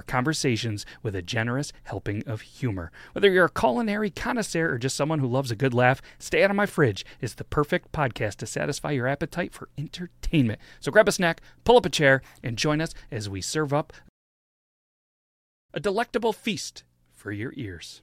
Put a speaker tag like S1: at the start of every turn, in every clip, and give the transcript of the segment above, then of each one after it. S1: conversations with a generous helping of humor. Whether you're a culinary connoisseur or just someone who loves a good laugh, Stay Out of My Fridge is the perfect podcast to satisfy your appetite for entertainment. So grab a snack, pull up a chair, and join us as we serve up a delectable feast for your ears.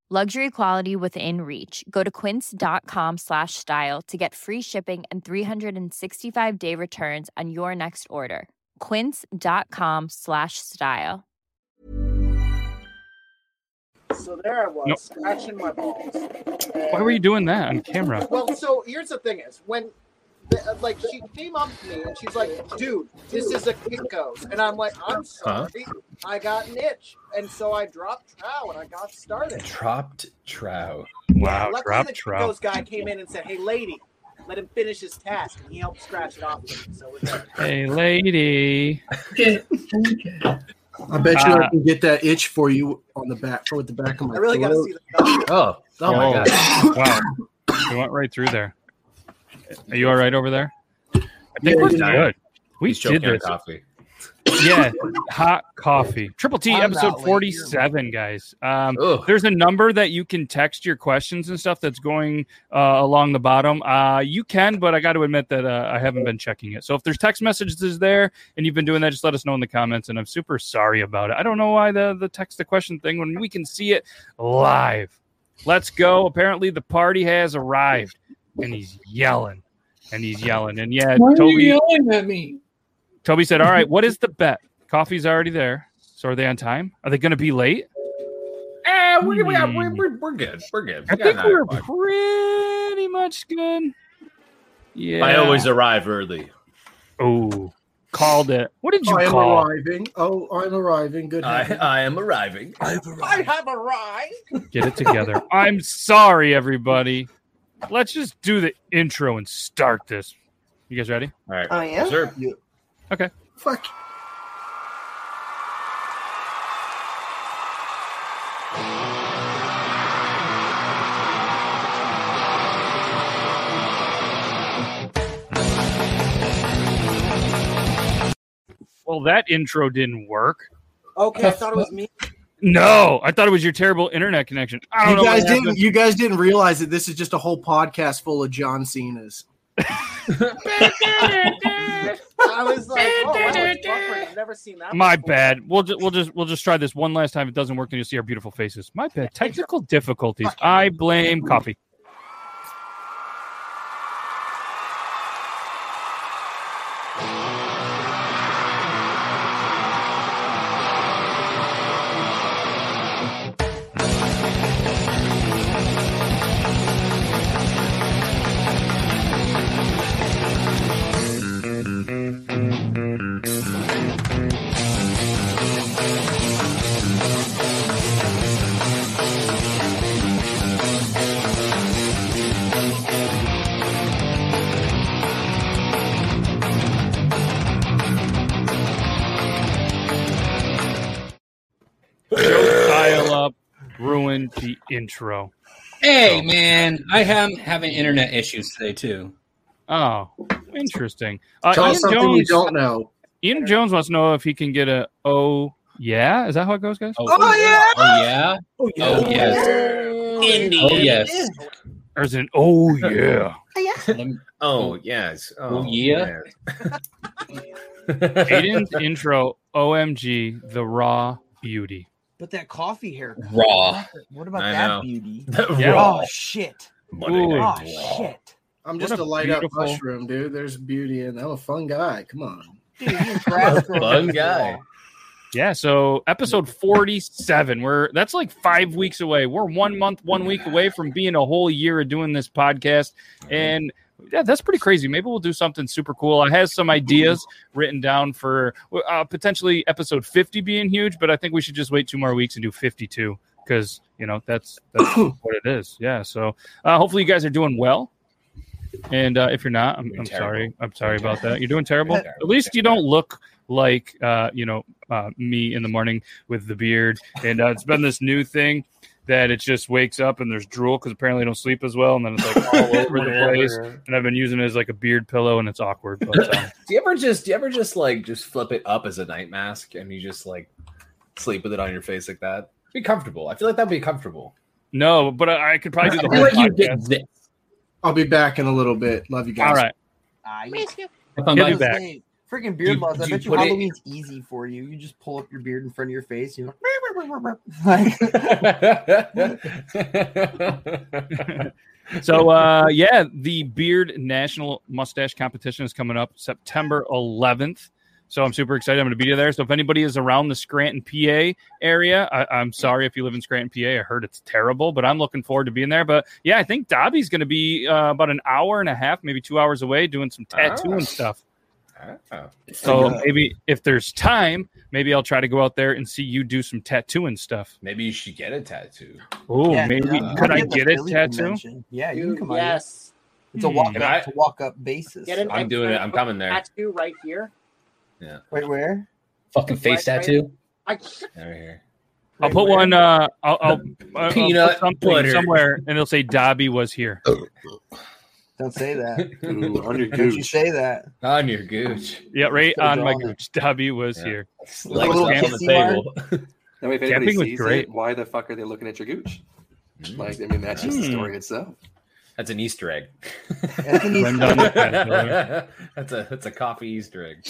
S2: Luxury quality within reach. Go to quince.com slash style to get free shipping and 365 day returns on your next order. Quince.com slash style.
S3: So there I was,
S1: Nope.
S3: scratching my balls.
S1: Why were you doing that on camera?
S3: Well, so here's the thing: is when, the, uh, like, she came up to me and she's like, "Dude, this is a Kinko's," and I'm like, "I'm sorry, I got an itch," and so I dropped trow and I got started.
S4: Dropped trout.
S1: Wow,
S3: Luckily,
S1: drop
S3: the
S1: trout.
S3: Kinko's guy came in and said, "Hey, lady." Let him finish his task, and he helped scratch it off. For me, so it was like,
S1: Hey, lady.
S5: Okay. okay. I bet you
S1: Uh,
S5: I can get that itch for you on the back with the back of my
S3: I really got to
S5: throat.
S3: see the.
S4: Oh, oh, my god.
S1: Wow. You went right through there. Are you all right over there? I think
S5: Yeah,
S1: we're
S5: yeah.
S1: good. We
S4: He's choking
S1: did
S4: on
S1: this.
S4: coffee.
S1: yeah, hot coffee. Triple T
S5: I'm
S1: episode
S5: not late.
S1: 47, guys. Um,
S4: Ugh.
S1: there's a number that you can text your questions and stuff that's going uh, along the bottom. Uh, you can, but I got to admit that uh, I haven't been checking it. So if there's text messages there and you've been doing that, just let us know in the comments. And I'm super sorry about it. I don't know why the, the text the question thing when we can see it live. Let's go. Apparently, the party has arrived and he's yelling. And he's yelling. And yeah, Toby.
S5: yelling at me?
S1: Toby said, "All right, what is the bet? Coffee's already there. So are they on time? Are they going to be late?
S4: Eh, we're, we
S1: Hmm.
S4: we're, we're, we're good. We're good.
S1: I
S4: We got
S1: think
S4: nine
S1: we're
S4: o'clock.
S1: pretty much good. Yeah.
S6: I always arrive early.
S1: oh called it. What did you
S5: I am
S1: call? uh,
S5: arriving. Oh, I'm arriving. Good.
S6: I,
S5: heavens.
S6: I am arriving.
S3: I have arrived.
S1: Get it together. I'm sorry, everybody. Let's just do the intro and start this. You guys ready?
S4: All right.
S7: Oh yeah.
S4: Sure.
S5: Fuck.
S1: Well, that intro didn't work.
S3: Okay, I thought it was me.
S1: No, I thought it was your terrible internet connection. I don't
S5: You
S1: know. what
S5: guys didn't.
S1: happened.
S5: You guys didn't realize that this is just a whole podcast full of John Cena's.
S3: I was like, "Oh, wow, it's buffering. I've never seen that."
S1: My
S3: before."
S1: bad. We'll just we'll just we'll just try this one last time. If it doesn't work, then you'll see our beautiful faces. My bad. Technical difficulties. I blame coffee. with the intro.
S4: Hey, man, I am having internet issues today too.
S1: Oh, interesting. Uh,
S5: Tell us something you don't know.
S1: Ian Jones wants to know if he can get a oh yeah. Is that how it goes, guys?
S5: Oh, yeah.
S4: Oh yeah.
S5: Oh,
S4: Oh yes.
S6: Indian.
S4: Oh yes.
S1: Or is it an oh yeah?
S4: Lem-
S6: Oh yes.
S4: Oh, yeah.
S1: Aiden's intro, OMG, the raw beauty.
S7: But that coffee haircut.
S4: Raw.
S7: What about
S6: I
S7: that
S6: know.
S7: beauty?
S1: Yeah.
S7: Oh shit.
S1: Ooh.
S7: Oh shit.
S5: I'm
S1: What
S5: just
S1: a
S5: a, light
S1: beautiful-
S5: up mushroom, dude. There's beauty in. I'm a fun guy. Come on.
S7: Dude, you're grass growing
S6: Fun
S7: on the
S6: guy.
S7: wall.
S1: Yeah, so episode 47. We're that's like 5 weeks away. We're 1 month, 1 week away from being a whole year of doing this podcast and yeah, that's pretty crazy. Maybe we'll do something super cool. I have some ideas written down for uh, potentially episode 50 being huge, but I think we should just wait two more weeks and do 52 cuz you know, that's that's what it is. Yeah, so uh, hopefully you guys are doing well. And uh, if you're not, I'm,
S6: Doing
S1: I'm
S6: terrible.
S1: sorry. I'm sorry about that. You're doing terrible.
S6: Doing
S1: At least you don't look like uh, you know uh, me in the morning with the beard, and uh, it's been this new thing that it just wakes up and there's drool because apparently I don't sleep as well, and then it's like all over the place. And I've been using it as like a beard pillow, and it's awkward. But um,
S6: Do you ever just do you ever just like just flip it up as a night mask and you just like sleep with it on your face like that? Be comfortable. I feel like that'd be comfortable.
S1: no, but I, I could probably do the
S4: I
S1: whole
S4: feel like you
S1: podcast.
S4: did this.
S5: I'll be back in a little bit. Love you guys.
S1: All right,
S7: Ah, you-
S4: If I'm
S1: He'll
S4: not-
S1: be back.
S7: Hey, Freaking beard
S4: Do-
S7: laws. I bet
S4: do you
S7: you
S4: put it-
S7: Halloween's easy for you. You just pull up your beard in front of your face. You know, like
S1: so uh, yeah, the beard national mustache competition is coming up September 11th. So I'm super excited. I'm going to be there. So if anybody is around the Scranton, PA area, I, I'm sorry if you live in Scranton, PA. I heard it's terrible, but I'm looking forward to being there. But yeah, I think Dobby's going to be uh, about an hour and a half, maybe two hours away, doing some tattoo and
S6: Ah.
S1: stuff.
S6: Oh.
S1: So maybe if there's time, maybe I'll try to go out there and see you do some tattoo and stuff.
S6: Maybe you should get a tattoo.
S1: Oh,
S7: Yeah,
S1: maybe
S7: dude,
S1: could
S7: I'll
S1: I
S7: at the
S1: get a
S7: Philly
S1: tattoo?
S7: convention. Yeah, you can
S3: Dude,
S7: come out here.
S3: yes.
S7: It's a walk
S6: Can
S7: up
S6: I-
S7: to walk up basis.
S3: Get an
S6: I'm doing it. I'm coming there.
S3: Tattoo right here.
S7: Wait, where?
S4: Fucking face
S3: Right, right.
S4: tattoo.
S3: I
S6: Right here.
S1: I'll
S7: Right
S1: put
S7: where?
S1: one. Uh, I'll, I'll, I'll put
S4: Peanut
S1: something
S4: butter.
S1: somewhere, and it'll say Dobby was here.
S7: Don't say that.
S6: Ooh,
S8: on your
S7: Don't you say that.
S6: on your gooch.
S1: Yeah, right
S7: Put a
S1: on my
S7: drawing.
S1: gooch. Dobby was
S6: Yeah.
S1: here.
S6: Like
S7: little
S6: on the
S7: kissy
S6: table.
S8: That way, if
S1: Camping
S8: anybody
S1: was
S8: sees
S1: great.
S8: it, why the fuck are they looking at your gooch?
S6: Mm.
S8: Like, I mean, that's just the
S1: Hmm.
S8: story itself.
S6: That's an Easter egg.
S7: That's an Easter
S1: egg.
S6: that's a that's a coffee Easter egg.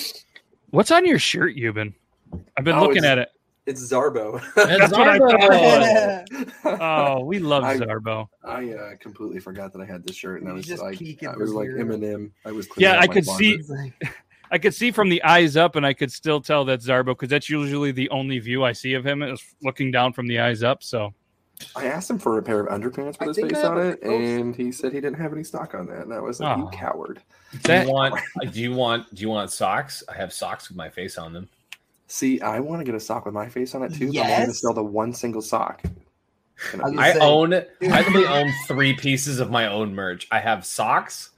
S1: What's on your shirt, Euban? I've been
S8: Oh,
S1: looking
S8: it's-
S1: at it.
S8: It's Zarbo.
S1: That's what I thought. Oh, we love
S8: I-
S1: Zarbo.
S8: I uh, completely forgot that I had this shirt, and I
S7: You
S8: was
S7: just
S8: like,
S7: peek
S8: I
S7: at
S8: was
S7: the
S8: like
S7: mirror.
S8: Eminem. I was
S1: Yeah,
S8: cleaning out
S1: I
S8: my
S1: could
S8: closet.
S1: see- I could see from the eyes up, and I could still tell that's Zarbo because that's usually the only view I see of him is looking down from the eyes up. So
S8: I asked him for a pair of underpants
S3: I
S8: with his
S3: think I
S8: face
S3: have
S8: on
S3: a-
S8: it, and he said he didn't have any stock on that, and I was like,
S1: Aw.
S8: you coward.
S6: Do
S1: That-
S6: you want do you want do you want socks? I have socks with my face on them.
S8: See, I want to get a sock with my face on it too, but I'm going to
S7: Yes.
S8: sell the one single sock. And
S7: I was
S6: I
S7: Say-
S6: own I only own three pieces of my own merch. I have socks,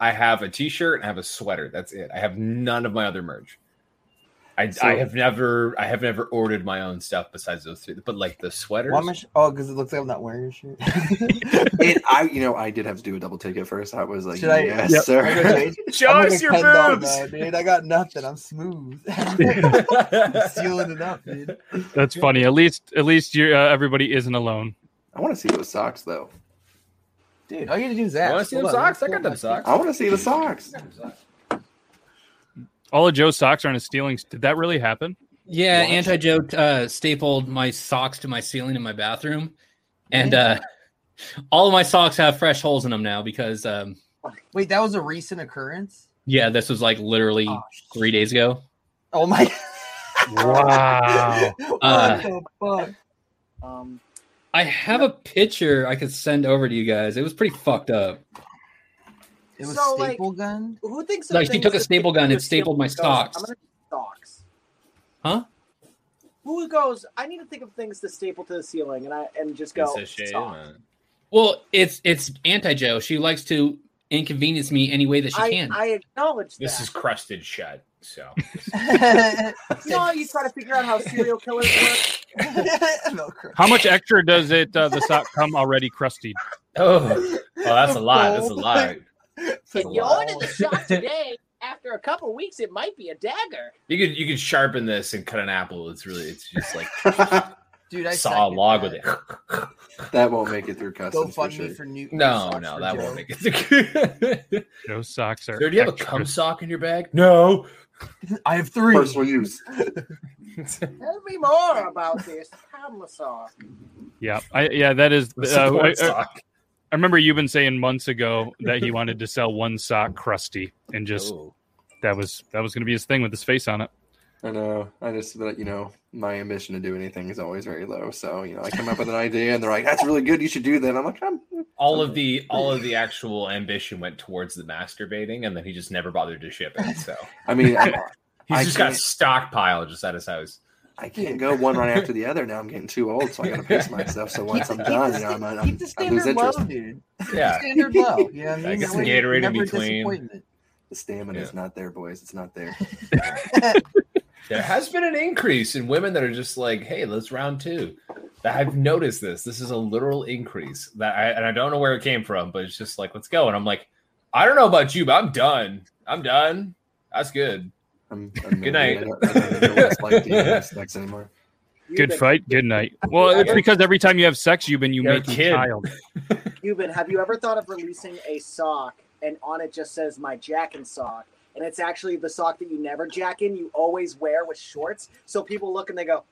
S6: I have a t-shirt, and I have a sweater. That's it. I have none of my other merch. I,
S8: So-
S6: I have never I have never ordered my own stuff besides those three. But like the sweaters,
S7: Why am I sh- oh, because it looks like I'm not wearing your shirt.
S8: and I, you know, I did have to do a double take at first. I was like,
S7: Should I-
S8: yes,
S1: Yep.
S7: I'm gonna
S8: sir.
S7: change- I'm gonna cut it off now, dude. I got nothing. I'm smooth. I'm sealing it up, dude.
S1: that's funny. At least, at least you uh, everybody isn't alone.
S8: I want to see those socks though.
S7: Dude, all you gotta do is
S6: You
S7: ask.
S6: want to see them
S7: Hold on,
S6: socks? I got
S7: let me
S6: them
S7: pull up
S6: socks.
S8: I want to see the socks.
S1: All of Joe's socks are on his stealings. Did that really happen?
S4: Yeah,
S8: What?
S4: anti joke uh, stapled my socks to my ceiling in my bathroom, and uh, all of my socks have fresh holes in them now because um,
S7: my- Wait, that was a recent occurrence.
S4: yeah, this was like literally
S7: Oh,
S4: three days ago.
S7: Oh my.
S1: Wow.
S7: what
S4: Uh,
S7: the fuck?
S3: um.
S4: I have a picture I could send over to you guys. It was pretty fucked up.
S7: It was
S3: So, like-
S7: staple gun.
S3: Who thinks? of
S4: Like, she
S3: things
S4: took a
S3: that
S4: staple
S3: people
S4: gun
S3: do
S4: and stapled my
S3: goes,
S4: stocks.
S3: I'm gonna do stocks.
S4: Huh?
S3: Who goes? I need to think of things to staple to the ceiling, and I and just go.
S6: Piece of shit,
S3: stocks.
S6: man.
S4: Well, it's it's anti Joe. She likes to inconvenience me any way that she
S3: I,
S4: can.
S3: I acknowledge
S6: This
S3: that.
S6: is crusted shut. So
S3: you know how you try to figure out how serial killers work?
S7: Velcro.
S1: How much extra does it uh, the sock come already crusty?
S6: Oh, that's a lot. That's a lot.
S3: If you order the shop today, after a couple weeks, it might be a dagger.
S6: You could you could sharpen this and cut an apple. It's really it's just like
S7: Dude, I
S6: saw a log with it.
S8: That won't make it through customs.
S7: GoFundMe for new-
S6: No,
S7: socks
S6: no,
S7: for
S6: that
S7: Joe.
S6: won't make it through.
S1: no socks are.
S6: Sir, do you have a
S1: extra.
S6: cum sock in your bag? No.
S7: I have three.
S8: Personal use.
S3: Tell me more about this Hamasaw.
S1: Yeah, I, yeah, that is.
S3: The
S1: uh,
S3: support
S1: I, I-
S3: sock.
S1: I remember you've been saying months ago that he wanted to sell one sock crusty, and just
S6: Oh.
S1: that was that was going to be his thing with his face on it.
S8: I know. I just, but you know, my ambition to do anything is always very low. So you know, I come up with an idea, and they're like, "That's really good. You should do that." I'm like, "I'm."
S6: All of the all of the actual ambition went towards the masturbating, and then he just never bothered to ship it. So
S8: I mean, I'm-
S6: he's
S8: I
S6: just got a
S8: can't-
S6: stockpile just at his house.
S8: I can't go one right after the other. Now I'm getting too old, so I gotta pace myself. So once I'm done, you know, I'm, I'm,
S7: Keep the
S8: I lose
S7: standard low,
S8: interest.
S7: dude. Keep the
S8: Yeah.
S7: standard low. You know what I mean?
S8: I guess
S7: That way
S8: Gatorade in
S7: never a
S8: between.
S7: disappointment.
S8: The stamina is not there, boys. It's not there.
S6: There has been an increase in women that are just like, "Hey, let's round two. That I've noticed this. This is a literal increase that I and I don't know where it came from, but it's just like, "Let's go." And I'm like, "I don't know about you, but I'm done. I'm done. That's good. good night."
S1: Good fight, good night. Well, it's because every time you have sex, you've been you
S6: You're a
S1: make a
S6: kid.
S1: child.
S3: Cuban, have you ever thought of releasing a sock and on it just says my jackin' sock? And it's actually the sock that you never jack in, you always wear with shorts. So people look and they go,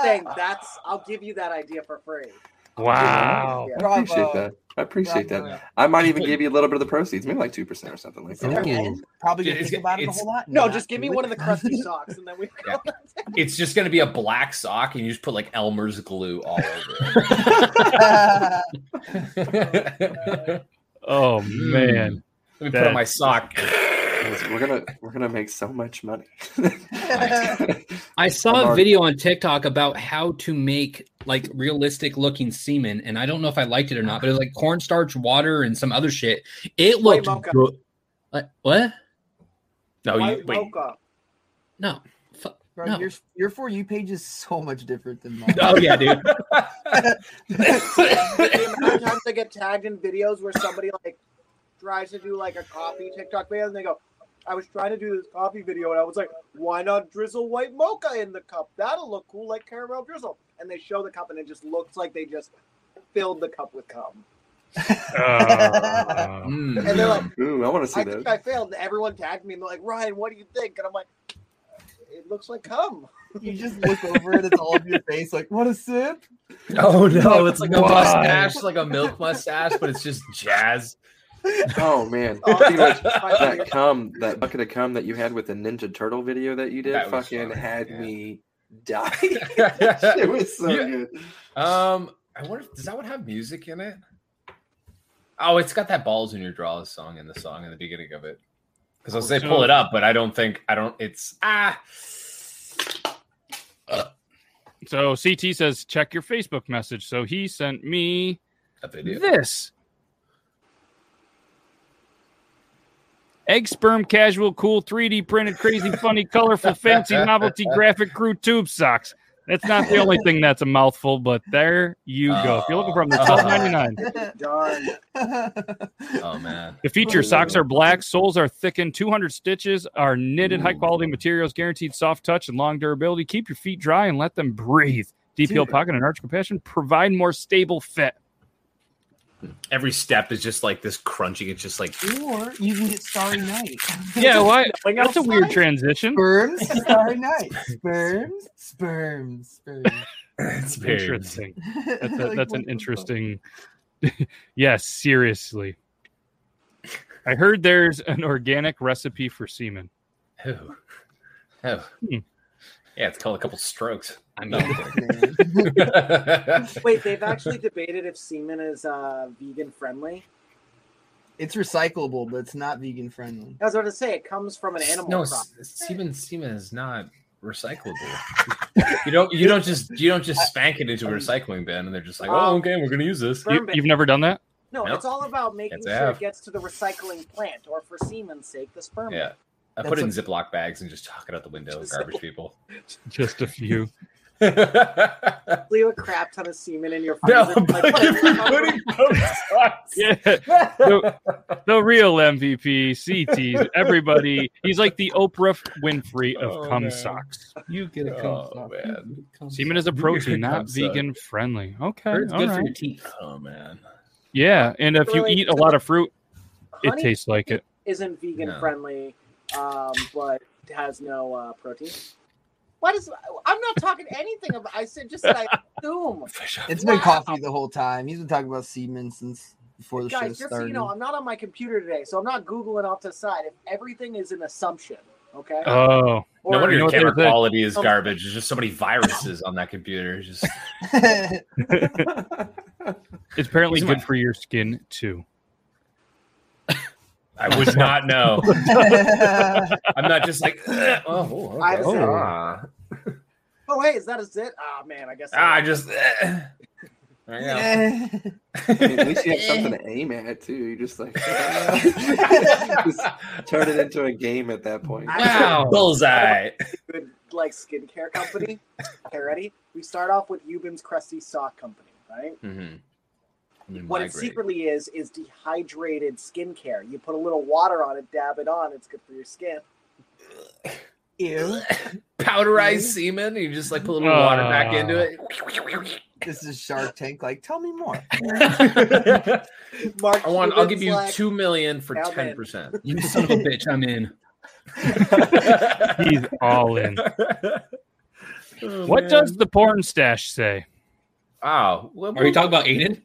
S3: saying, That's, I'll give you that idea for free.
S8: Wow. I appreciate that. I appreciate
S3: Bravo.
S8: that. I might even give you a little bit of the proceeds, maybe like two percent or something like that.
S7: Probably
S6: gonna It's- think about it a it's- whole lot and
S3: No,
S6: not
S3: just give me
S6: do it.
S3: one of the crusty socks, and then we.
S6: Yeah. It's just going to be a black sock, and you just put like Elmer's glue all over it.
S1: oh
S6: Hmm.
S8: man.
S6: let me put on my
S8: That-
S6: sock.
S8: We're gonna we're gonna make so much money.
S4: I
S8: I'm
S4: saw a
S8: already-
S4: video on TikTok about how to make like realistic looking semen, and I don't know if I liked it or not, but it was like cornstarch, water, and some other shit. It looked
S3: mocha.
S4: good. Like, What?
S6: No,
S3: White mocha.
S4: No.
S7: Bro,
S4: No.
S7: your your for you page is so much different than mine.
S4: Oh yeah, dude.
S3: the amount of times I get tagged in videos where somebody like tries to do like a coffee TikTok video and they go, I was trying to do this coffee video and I was like, why not drizzle white mocha in the cup? That'll look cool like caramel drizzle. And they show the cup and it just looks like they just filled the cup with cum.
S8: Oh,
S6: Mm.
S8: and
S3: they're like,
S8: "Ooh, I want to see
S3: I think
S8: that."
S3: I failed. And everyone tagged me and they're like, Ryan, what do you think? And I'm like, it looks like cum.
S7: You just look over it, it's all over your face, like what a sip.
S6: Oh no, it's like a
S7: Why?
S6: mustache, like a milk mustache, but it's just jazz.
S8: Oh man,
S6: Oh,
S8: Pretty much
S6: my
S8: that
S6: God.
S8: cum, that bucket of cum that you had with the Ninja Turtle video that you did,
S6: That was
S8: fucking
S6: fun,
S8: had
S6: yeah.
S8: me die. it was so
S6: Yeah.
S8: good.
S6: Um, I wonder if- does that one have music in it? Oh, it's got that "Balls in Your Draws" song in the song in the beginning of it. Because I'll say pull it up, but I don't think I don't. It's ah.
S1: So CT says check your Facebook message. So he sent me
S6: a video.
S1: This egg sperm casual cool 3D printed crazy funny colorful fancy novelty graphic crew tube socks. That's not the only thing that's a mouthful, but there you go. If you're looking for them, they're twelve ninety nine.
S3: Darn.
S6: Oh man.
S1: The feature socks are black, soles are thickened, 200 stitches are knitted, high quality materials, guaranteed soft touch and long durability. Keep your feet dry and let them breathe. Deep heel
S6: Dude.
S1: pocket and arch compression provide more stable fit.
S6: Every step is just like this crunching. It's just like
S7: Or you can get Starry Night.
S1: Yeah, why? That's a weird transition.
S7: Sperms, Starry Night. Sperms, sperms, sperms.
S6: It's
S1: interesting. That's, a,
S7: Like,
S1: that's
S7: what
S1: an interesting. yes, seriously. I heard there's an organic recipe for semen.
S6: oh, oh. yeah. It's called a couple strokes. I know.
S3: Wait, they've actually debated if semen is uh, vegan friendly.
S7: It's recyclable, but it's not vegan friendly.
S3: I was about to say it comes from an animal.
S6: no,
S3: product.
S6: s- semen semen is not recyclable. you don't you don't just you don't just spank it into a recycling bin and they're just like, oh,
S3: Um,
S6: okay, we're gonna use this.
S3: You- you've
S1: never done that?
S3: No,
S6: Nope.
S3: it's all about making
S6: That's
S3: sure
S6: F.
S3: it gets to the recycling plant, or for semen's sake, the sperm.
S6: Yeah. I put
S1: That's
S6: it in
S1: a-
S6: Ziploc bags and just chuck it out the window. Garbage people.
S1: Just a few.
S3: Leave a crap ton of semen in your
S6: No,
S3: freezer. like,
S1: yeah. The, the real MVP, CTs, everybody. He's like the Oprah Winfrey of
S4: Oh,
S1: cum
S4: man.
S1: socks.
S4: You get a cum
S1: Oh,
S4: sock.
S6: man.
S1: Semen is a protein, not vegan friendly. Okay.
S4: Heard it's good
S1: all
S4: for your
S1: right.
S4: teeth.
S6: Oh man.
S1: Yeah. And if you
S3: Really?
S1: eat a lot of fruit, it
S3: Honey
S1: tastes like it.
S3: isn't vegan
S1: No.
S3: friendly, um, but has no uh, protein. Why does I'm not talking anything about? I said just that I assume.
S7: It's been coffee the whole time. He's been talking about semen since before the show
S3: Guys, just
S7: started.
S3: so you know, I'm not on my computer today, so I'm not googling off to the side. If everything is an assumption, okay?
S1: Oh.
S6: No
S1: You
S6: wonder
S1: know
S6: your
S1: what
S6: camera
S1: they say?
S6: quality
S3: Oh,
S6: is garbage. There's just so many viruses on that computer. It's Just
S1: It's apparently
S6: These are
S1: good for your skin too.
S6: I would not know. I'm not just like "Ugh." oh, oh,
S3: I
S6: okay.
S3: was-
S6: Ah.
S3: Oh hey, is that a zit? Ah man, I guess.
S6: Ah, I just eh. There you go.
S8: I mean, at least you have something to aim at too. You just like just turn it into a game at that point.
S3: Wow.
S6: bullseye!
S3: good like skincare company. okay, ready? We start off with Ubin's Crusty Sock Company, right? What it secretly is is dehydrated skincare. You put a little water on it, dab it on. It's good for your skin.
S7: Ew.
S6: powderized semen. You just like put a little water back into
S4: Uh.
S6: it.
S7: This is Shark Tank. Like, tell me more.
S3: Mark
S6: I want. I'll give
S7: Cuban's
S6: you
S7: like,
S6: two million for
S7: "Now
S6: ten
S7: then."
S6: percent.
S4: You son of a bitch, I'm in.
S1: He's all in.
S6: oh,
S1: what does the porn stash say?
S6: Wow.
S1: Are you talking
S4: about Aiden?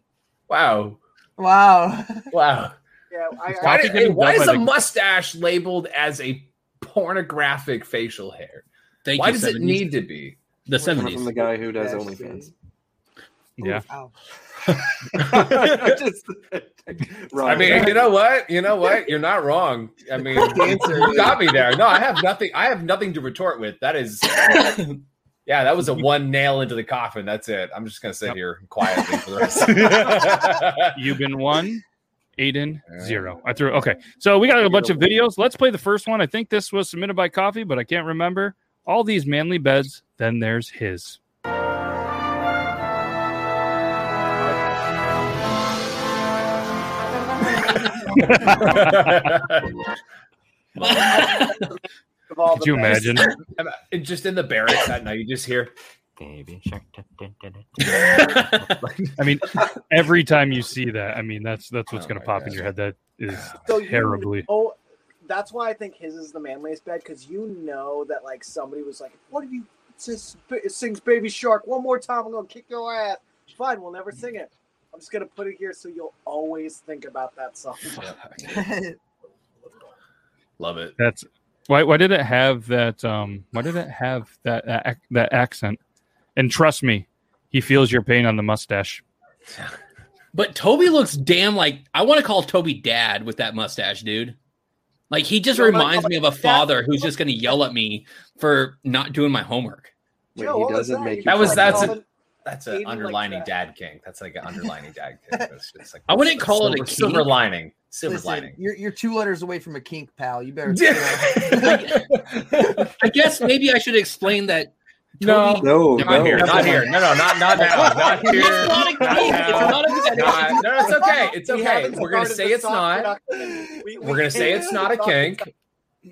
S6: Wow.
S7: Wow.
S6: Wow.
S3: Yeah, I,
S1: It's
S6: Why,
S1: coffee
S6: did-
S1: getting
S6: hey, why
S1: done
S6: is
S1: by
S6: a
S1: the-
S6: mustache labeled as a pornographic facial hair?
S4: Thank
S6: why
S4: you,
S6: does it
S4: 70s.
S6: need to be?
S4: The
S8: Coming
S4: seventies.
S8: from the guy who does OnlyFans.
S1: Yeah.
S8: Just-
S6: I
S8: Right.
S6: mean, you know what? You know what? You're not wrong. I mean,
S8: answer
S6: you
S8: is-
S6: got me there. No, I have nothing. I have nothing to retort with. That is, yeah, that was a one nail into the coffin. That's it. I'm just gonna sit here quietly for the rest.
S1: You've been one, Aiden zero. I threw. Okay, so we got a bunch of videos. Let's play the first one. I think this was submitted by Coffee, but I can't remember. All these manly beds. Then there's his.
S3: Of all
S6: Could
S3: the
S6: you
S3: best.
S6: imagine? just in the barracks that night, you just hear, "Baby shark."
S1: I mean, every time you see that, I mean, that's that's what's going to pop in your head. That is
S3: So you
S1: terribly.
S3: know- that's why I think his is the manliest bed because you know that like somebody was like, "What have you?" It, says, it sings "Baby Shark" one more time. I'm gonna kick your ass. Fine, we'll never sing it. I'm just gonna put it here so you'll always think about that song.
S6: Love it.
S1: That's why. Why did it have that? Um, why did it have that that, that accent? And trust me, he feels your pain on the mustache.
S4: But Toby looks damn like I want to call Toby dad with that mustache, dude. Like he just reminds me of a father who's just going to yell at me for not doing my homework.
S8: Wait, Joe, he what was doesn't that? make You
S6: That was that's
S4: I
S6: a that's
S4: Aiden
S6: an
S4: like
S6: underlining dad kink. That's like an underlining dad kink. That's just like
S4: I wouldn't call it a
S6: silver-
S4: kink.
S6: silver lining. Silver
S7: Listen,
S6: lining.
S7: You're, you're two letters away from a kink, pal. You better.
S4: guess maybe I should explain that.
S6: No.
S4: Toby,
S8: No,
S6: not here, not here. No, no, not not now. Not here.
S4: It's not a
S6: Not
S4: kink. It's
S6: now.
S4: not a-
S6: Not- No, no, it's okay. It's
S4: We
S6: okay.
S4: haven't
S6: We're gonna
S4: started
S6: say
S4: the
S6: it's
S4: soft
S6: not.
S3: We-
S6: We're gonna say it's not a kink.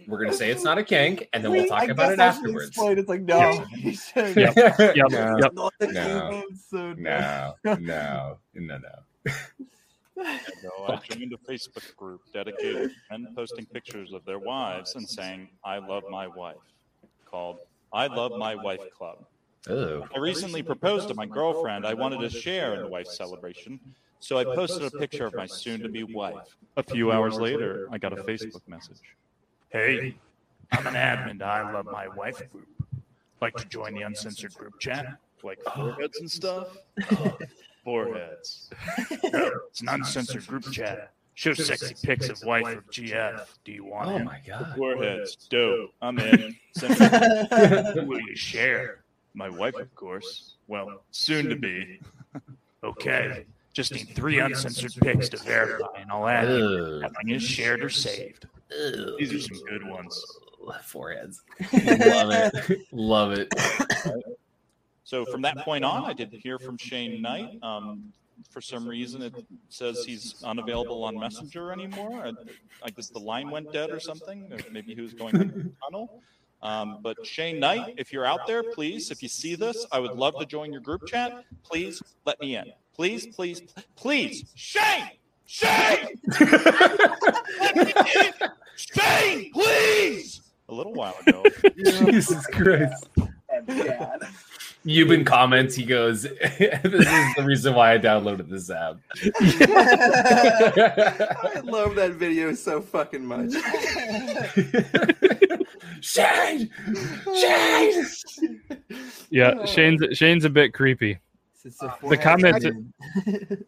S6: We're gonna say it's not a kink, and then we'll talk about it afterwards.
S7: It's like no.
S6: Yep. Yep. No. Yep.
S7: Not the
S6: No.
S7: kink. It's so
S6: No, no, no, no.
S9: ago, I joined a Facebook group dedicated to men posting pictures of their wives and saying, I love my wife, called I Love My Wife Club.
S6: Oh.
S9: I recently proposed to my girlfriend I wanted to share in the wife celebration, so I posted a picture of my soon to be wife. A few hours later, I got a Facebook message Hey, I'm an admin. to I love my wife group. Like to join the uncensored group chat? Like foreheads and stuff? Oh, Foreheads. No, it's an uncensored group chat. Show sexy pics of wife of GF. Do you want
S6: Oh
S9: it?
S6: my God.
S9: Foreheads. Dope. I'm in. Send me- Who will you share? My wife, of course. Well, soon to be. Okay. Just need three uncensored pics to verify, and I'll add you.
S6: Ugh.
S9: Nothing is shared or saved. These are some good ones.
S6: foreheads. Love it. Love it.
S9: So from that point on, I didn't hear from Shane Knight. Um, for some reason, it says he's unavailable on Messenger anymore. I, I guess the line went dead or something. or Maybe he was going into the tunnel. Um, but Shane Knight, if you're out there, please, if you see this, I would love to join your group chat. Please let me in. Please, please, pl- please, Shane, Shane, Let me in! Shane, please. A little while ago,
S6: Jesus Christ. Euban comments. He goes, "This is the reason why I downloaded this app."
S8: I love that video so fucking much.
S6: Shane! Shane!
S3: Oh.
S1: Yeah, Shane's Shane's a bit creepy. The comments.
S3: Uh,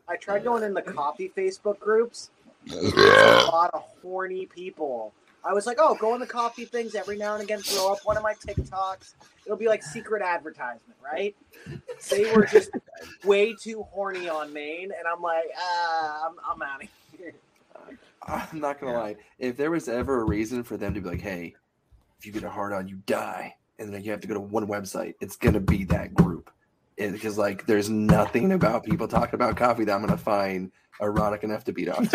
S3: I tried going in the coffee Facebook groups. There's a lot of horny people. I was like, oh, go on the coffee things every now and again. Throw up one of my TikToks. It'll be like secret advertisement, right? They were just way too horny on Maine, and I'm like, uh, I'm, I'm out of here.
S8: I'm not gonna lie. If there was ever a reason for them to be like, "Hey, if you get a hard on, you die," and then you have to go to one website, it's gonna be that group. Because like, there's nothing about people talking about coffee that I'm gonna find erotic enough to beat off.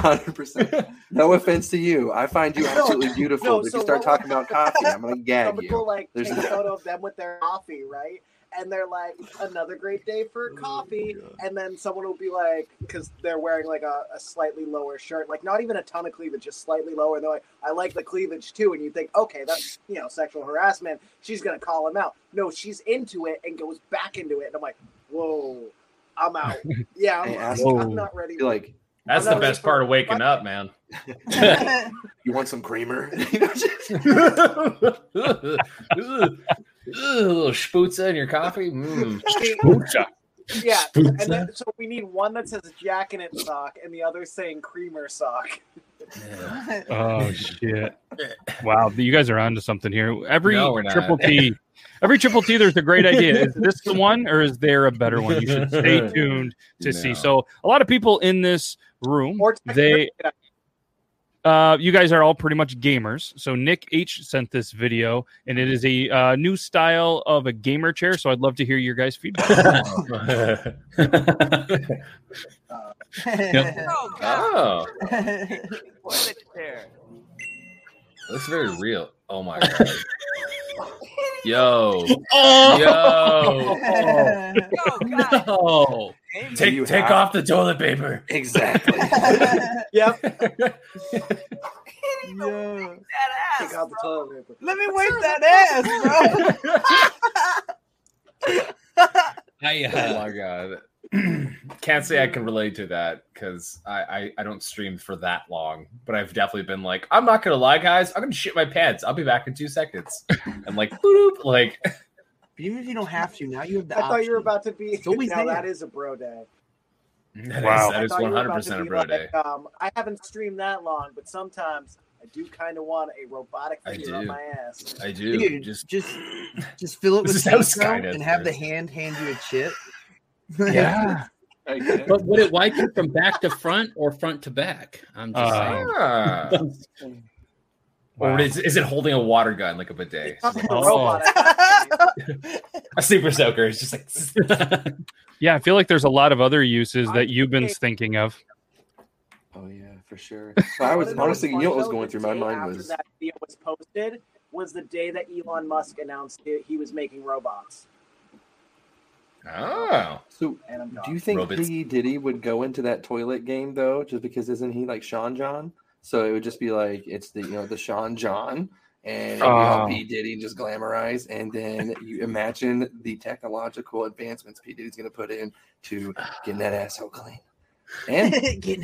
S8: Hundred percent. No offense to you, I find you absolutely beautiful.
S3: no,
S8: but if
S3: so
S8: you start
S3: what-
S8: talking about coffee, I'm gonna gag
S3: Some
S8: you.
S3: people like
S8: There's
S3: take a
S8: no-
S3: photo of them with their coffee, right? And they're like, another great day for coffee. and then someone will be like, because they're wearing like a, a slightly lower shirt, like not even a ton of cleavage, just slightly lower. And they're like, I like the cleavage too. And you think, okay, that's, you know, sexual harassment. She's going to call him out. No, she's into it and goes back into it. And I'm like, whoa, I'm out. Yeah, I'm,
S6: Hey, ask-
S3: I'm not ready.
S8: Be like,
S6: That's
S3: I'm
S6: the
S3: not
S6: best part of waking up, man.
S8: you want some creamer?
S6: Ugh, ugh, a little spooza in your coffee. Mm.
S3: Yeah, and
S6: Spooks,
S3: then, so we need one that says Jack in it sock, and the other saying creamer sock.
S1: Oh shit! Wow, you guys are onto something here. Every
S4: No, we're not.
S1: triple T, every triple T, there's a great idea. Is this the one, or is there a better one? You should stay tuned to see. So, a lot of people in this room, they, uh, you guys are all pretty much gamers. So Nick H sent this video, and it is a uh, new style of a gamer chair. So I'd love to hear your guys' feedback.
S6: Oh,
S10: Toilet chair.
S6: looks very real. Oh my god. Yo.
S10: Oh.
S6: Yo. No.
S8: You
S6: Take take
S8: have-
S6: off the toilet paper.
S8: Exactly.
S3: yep.
S7: Yeah.
S3: Take out the toilet paper.
S7: Let me wipe that ass,
S6: I, oh
S8: uh,
S6: my god. Can't say I can relate to that because I, I I don't stream for that long, but I've definitely been like, I'm not gonna lie, guys, I'm gonna shit my pants. I'll be back in two seconds. And like boop, like
S7: bro. Even if you don't have to, now you have
S3: I
S7: the
S3: thought you were
S7: option.
S3: about to be.
S7: It's always
S3: now
S7: there.
S3: that is a bro day.
S6: that is-
S1: Wow.
S6: that is
S3: I thought you
S6: one
S3: were
S6: hundred
S3: about to
S6: percent a
S3: be
S6: bro
S3: like,
S6: day.
S3: Um, I haven't streamed that long, but sometimes I do kind of want a robotic
S6: I
S3: finger on
S6: do.
S3: my ass.
S6: I do.
S7: Dude,
S6: just
S7: just just fill it
S6: This
S7: with
S6: is how
S7: Saint
S6: Skynet
S7: and have the
S6: works.
S7: hand hand you a chip.
S4: Yeah. but would it wipe you from back to front or front to back? I'm just
S6: Ah.
S4: saying.
S6: Or is, is it holding a water gun like a bidet? It's like,
S3: The
S8: Oh.
S3: robot
S6: a super soaker. It's just like
S1: yeah, I feel like there's a lot of other uses that you've been thinking of.
S8: Oh yeah, for sure. But I was
S3: Wasn't it
S8: honestly, you
S3: funny,
S8: know, what was
S3: though,
S8: going
S3: the
S8: through my
S3: day
S8: mind
S3: after
S8: was
S3: that video was posted was the day that Elon Musk announced that he was making robots.
S6: Oh.
S8: So
S3: And I'm
S8: do
S3: gone.
S8: you think
S6: Robots.
S8: P. E Diddy would go into that toilet game though, just because isn't he like Sean John? So it would just be like it's the you know the Sean John and it'd be all
S1: Oh.
S8: P. E Diddy just glamorized, and then you imagine the technological advancements P. E Diddy's gonna put in to getting that asshole clean. And
S7: getting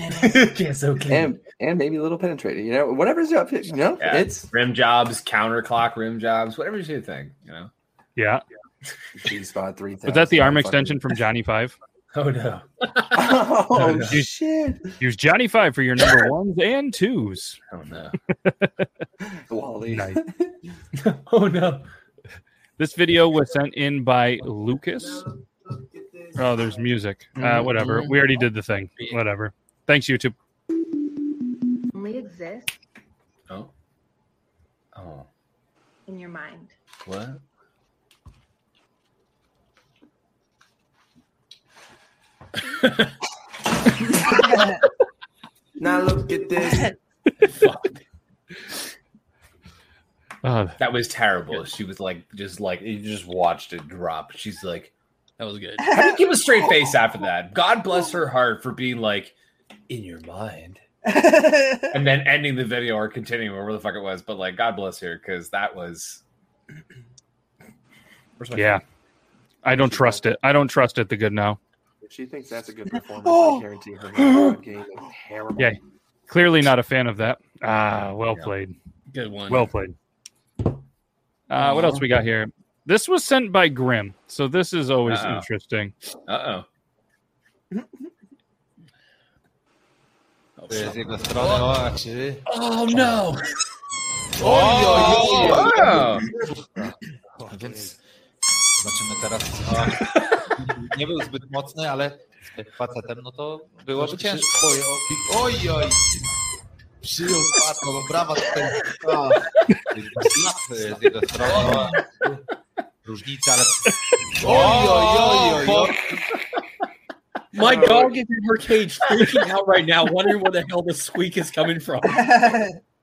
S6: Get so clean.
S8: and, and maybe a little penetrating, you know, whatever's up, you know,
S6: Yeah,
S8: it's
S6: rim jobs, counterclock rim jobs, whatever's your thing, you know.
S1: Yeah.
S8: G spot three.
S1: Was that the arm extension from Johnny Five?
S6: Oh no.
S8: oh,
S1: Use-
S8: shit.
S1: Use Johnny Five for your number ones and twos.
S6: Oh no.
S8: Wally.
S6: oh no.
S1: This video was sent in by Lucas. Oh, there's music.
S8: Mm-hmm.
S1: Uh, whatever. We already did the thing. Whatever. Thanks, YouTube.
S11: only exists
S6: Oh. Oh,
S11: in your mind.
S6: what?
S8: now look at this.
S6: that was terrible. She was like, just like you just watched it drop. She's like,
S4: that was good.
S6: How do you keep a straight face after that? God bless her heart for being like, in your mind, and then ending the video or continuing wherever the fuck it was. But like, God bless her because that was. Where's my
S1: Yeah. I don't trust it. I don't trust it. The good now.
S8: If she thinks that's a good performance, I guarantee her Minecraft game is terrible.
S1: Oh. Yeah. Clearly not a fan of that. Ah, well played.
S4: Good one.
S1: Well played. Uh, what else we got here? This was sent by Grim, so this is always
S6: Uh-oh.
S1: interesting.
S6: Uh
S12: Presi control oczy.
S4: Oh no!
S12: Oj, oj,
S6: oh, wow.
S12: Oh, Więc zobaczymy teraz. co- Nie był zbyt mocny, ale z facetem no to było
S7: Przy-
S12: ciężko. Oj, Oj, oj. Przyjął fatno, no brawa tutaj. O. Slap Z jego strony. Różnica, ale...
S3: Oh,
S12: Oj, oj, oj, oj, oj.
S4: My dog is in her cage, freaking out right now, wondering where the hell the squeak is coming from.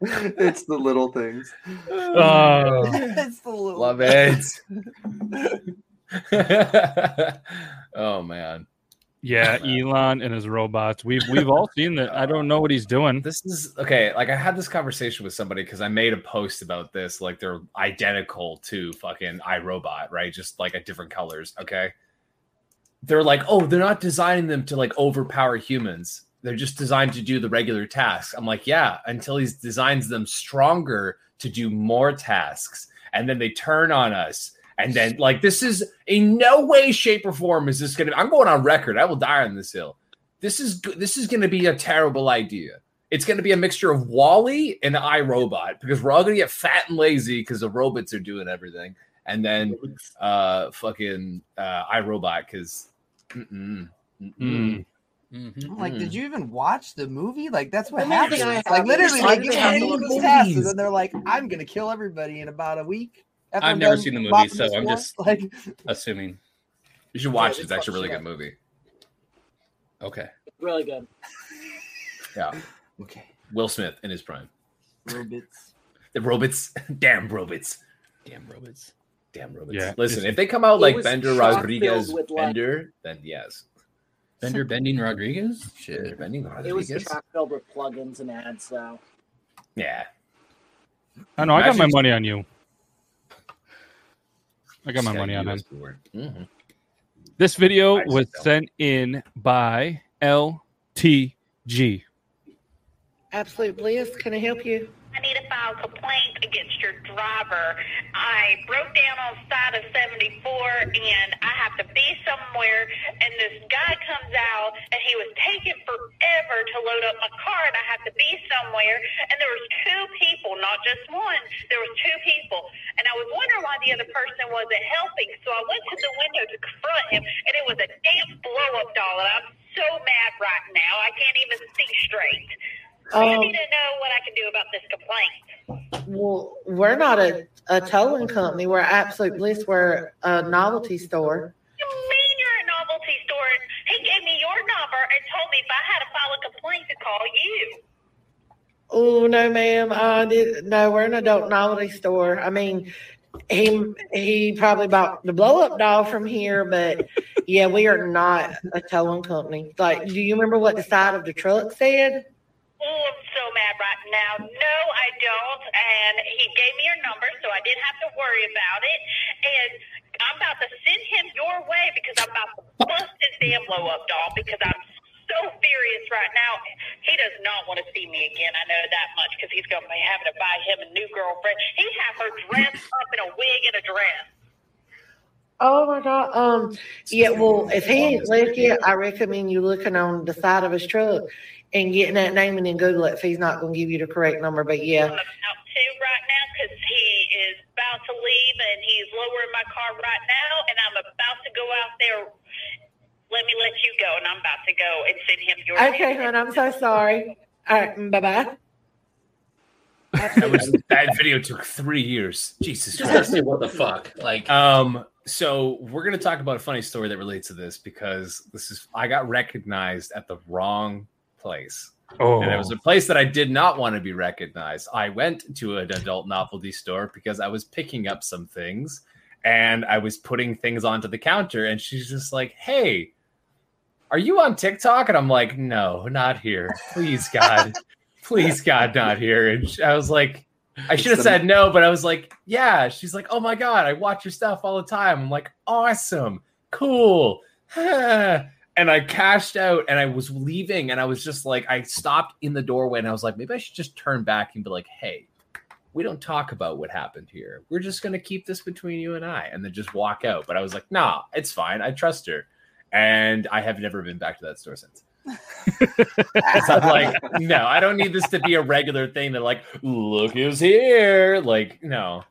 S8: it's the little things.
S4: Oh.
S1: Uh,
S7: It's the little-
S6: Love it. oh man.
S1: Yeah, Elon and his robots. We've we've all seen that. I don't know what he's doing.
S6: This is okay. Like I had this conversation with somebody because I made a post about this. Like they're identical to fucking iRobot, right? Just like at different colors. Okay. They're like, oh, they're not designing them to like overpower humans. They're just designed to do the regular tasks. I'm like, yeah, until he designs them stronger to do more tasks. And then they turn on us. And then, like, this is in no way, shape, or form is this going to. I'm going on record. I will die on this hill this is go- this is going to be a terrible idea. It's going to be a mixture of Wally and iRobot because we're all going to get fat and lazy because the robots are doing everything, and then uh, fucking uh, iRobot because mm-mm,
S1: Hmm.
S6: mm-mm.
S7: I'm like,
S4: Mm.
S7: did you even watch the movie? Like, that's what
S8: The movie
S7: happens.
S8: I have
S7: Like, literally, they
S8: decided
S7: give
S8: to
S7: them
S8: have
S7: all
S8: the
S7: these tasks, and
S8: movies.
S7: then they're like, "I'm gonna kill everybody in about a week." after
S4: I've
S7: I'm
S4: never
S7: done
S4: seen the movie,
S7: mopping
S4: so
S7: this
S4: I'm
S7: floor."
S4: just
S7: like,
S4: assuming.
S6: You should watch it. It's actually a really good movie. Okay,
S3: Really good.
S6: yeah.
S8: Okay.
S6: Will Smith in his prime.
S7: Robots.
S6: The robots. Damn robots.
S4: Damn robots.
S6: Damn robots.
S4: Yeah,
S6: Listen,
S4: it's-
S6: if they come out
S4: It
S6: like
S4: was
S6: Bender
S4: shot
S6: Rodriguez
S4: filled with, like-
S6: Bender, then yes.
S4: Bender Bending Rodriguez?
S6: Shit. Bender Bending
S3: It was
S6: Rodriguez.
S3: chock filled with plugins and ads, so
S6: Yeah.
S1: I know. I got my
S6: Imagine-
S1: money on you. I got my
S6: Yeah,
S1: money on him.
S6: US board. Mhm.
S1: This video was sent in by LTG.
S13: Absolute Bliss, can I help you? I need to file a complaint against your driver. I broke down on side of 74 and I have to be somewhere and this guy comes out and he was taking forever to load up my car and I have to be somewhere and there was two people, not just one, there was two people and I was wondering why the other person wasn't helping so I went to the window to confront him and it was a damn blow up doll and I'm so mad right now I can't even see straight. I
S11: Um,
S13: need to know what I can do about this complaint.
S11: Well, we're not a, a towing company. We're Absolute Bliss. We're a novelty store.
S13: mean you're a novelty store? and He gave me your number and told me if I had to file a complaint to call you.
S11: Oh no, ma'am. I did, no, we're an adult novelty store. I mean, he he probably bought the blow up doll from here, but yeah, we are not a towing company. Like, do you remember what the side of the truck said?
S13: Oh, I'm so mad right now. No, I don't. And he gave me your number, so I didn't have to worry about it. And I'm about to send him your way because I'm about to bust his damn blow up doll because I'm so furious right now. He does not want to see me again. I know that much because he's going to be having to buy him a new girlfriend. He had her dressed up in a wig and a dress.
S11: Oh my god. Um yeah, well if he ain't left yet, I recommend you looking on the side of his truck and getting that name and then Google it if he's not gonna give you the correct number. But yeah.
S13: out to right now because he is about to leave and he's lowering my car right now, and I'm about to go out there. Let me let you go, and I'm about to go and send him your.
S11: mm, Okay, hon, I'm so sorry. All right, bye bye.
S6: that, was, that video took three years. Jesus
S4: Just
S6: Christ.
S4: ask me what the fuck, like-
S6: um, so we're gonna talk about a funny story that relates to this because this is I got recognized at the wrong place.
S1: Oh.
S6: and it was a place that I did not want to be recognized. I went to an adult novelty store because I was picking up some things and I was putting things onto the counter, and she's just like, Hey, are you on TikTok? And I'm like, no, not here. Please, God. Please, God, not here. And sh- I was like, I should have said no, but I was like, yeah. She's like, oh my God, I watch your stuff all the time. I'm like, awesome, cool. and I cashed out and I was leaving and I was just like, I stopped in the doorway and I was like, maybe I should just turn back and be like, hey, we don't talk about what happened here. We're just going to keep this between you and I and then just walk out. But I was like, nah, it's fine. I trust her. And I have never been back to that store since. so I'm like, no, I don't need this to be a regular thing that, like, look who's here. Like, no,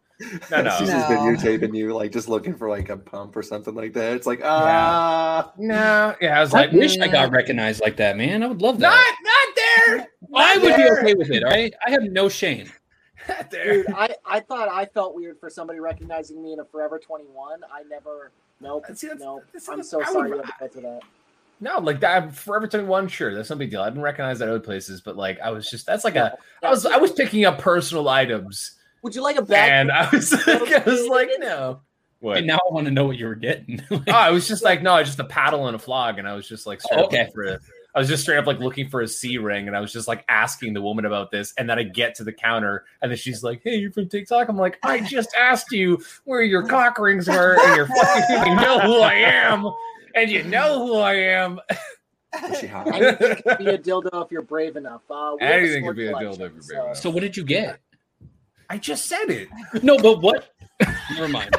S6: no, no.
S8: She's just videotaping you, like just looking for like a pump or something like that. It's like, ah,
S6: no. Yeah, I was
S4: I
S6: like,
S4: wish I
S6: mm.
S4: got recognized like that, man. I would love that.
S6: not there.
S4: I
S6: not
S4: would be
S6: there.
S4: okay with it. All right, I have no shame.
S3: Dude, I, I thought I felt weird for somebody recognizing me in a Forever 21. I never. Nope. nope. I'm so
S6: I would-
S3: sorry you had to go through that.
S6: No, like that. I'm Forever 21, sure, that's no big deal. I didn't recognize that other places, but like, I was just that's like a. I was I was picking up personal items,
S3: Would you like a bag?
S6: and I was like, I was like, no. What?
S4: And now I want to know what you were getting.
S6: oh, I was just like, no, just a paddle and a flog, and I was just like, straight
S4: Oh,
S6: up
S4: okay.
S6: looking for a, I was just straight up like looking for a C ring, and I was just like asking the woman about this, and then I get to the counter, and then she's like, "Hey, you're from TikTok." I'm like, "I just asked you where your cock rings were, and you're fucking you know who I am, and you know who I am."
S3: Anything can be a dildo if you're brave enough. Uh, we have a
S6: Anything
S3: sword
S6: could be a
S3: collection,
S6: dildo if you're brave
S4: So what did you get?
S6: I just said it.
S4: No, but what? Never mind.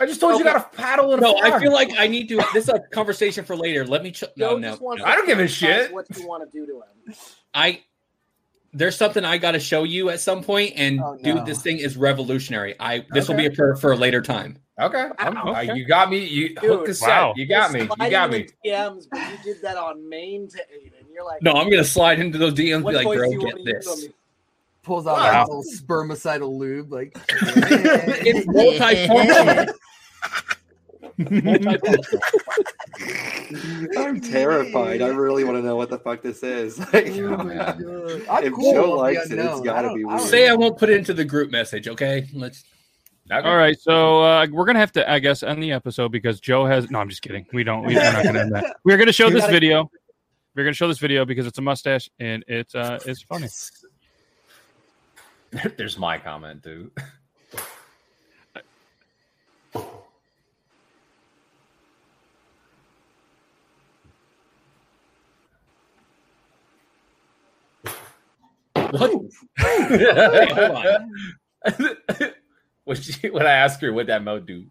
S6: I just told you got a paddle and a
S4: No, I
S6: frog.
S4: feel like I need to. This is a conversation for later. Let me. Ch- no,
S6: Oh,
S3: Joe
S4: no,
S3: just wants
S4: no.
S3: to tell us What you want to do to him?
S4: I there's something I got to show you at some point, and
S3: Oh,
S4: dude, this thing is revolutionary. I this will be
S6: Okay.
S4: a for, for a later time.
S6: Okay, I'm- uh, you got me. You hooked
S4: Dude.
S6: us
S4: Wow.
S6: up. You got me. You got me.
S3: Sliding in the DMs, but you did that on main to Aiden. You're like,
S4: No, I'm gonna slide into those DMs and
S3: What
S4: be like,
S3: voice
S4: "Girl,
S3: do you
S4: get
S3: want me to
S4: this."
S3: use
S7: Pulls out a
S4: Wow.
S7: little spermicidal lube, like
S4: it's multifunctional. Multifunctional.
S8: I'm terrified. I really want to know what the fuck this is. Like,
S7: Oh I'm
S8: if
S7: cool
S8: Joe
S7: with the
S8: likes it, it's
S7: unknown.
S8: got to be weird.
S4: Say I won't put it into the group message. Okay, let's.
S1: All right, so uh, we're gonna have to, I guess, end the episode because Joe has. No, I'm just kidding. We don't. We, we're not gonna end that. We're gonna show
S4: You
S1: this
S4: gotta-
S1: video. We're gonna show this video because it's a mustache and it's uh, it's funny.
S6: There's my comment, dude.
S4: What?
S6: Wait,
S4: hold on.
S6: When, she, when I asked her what that mo do,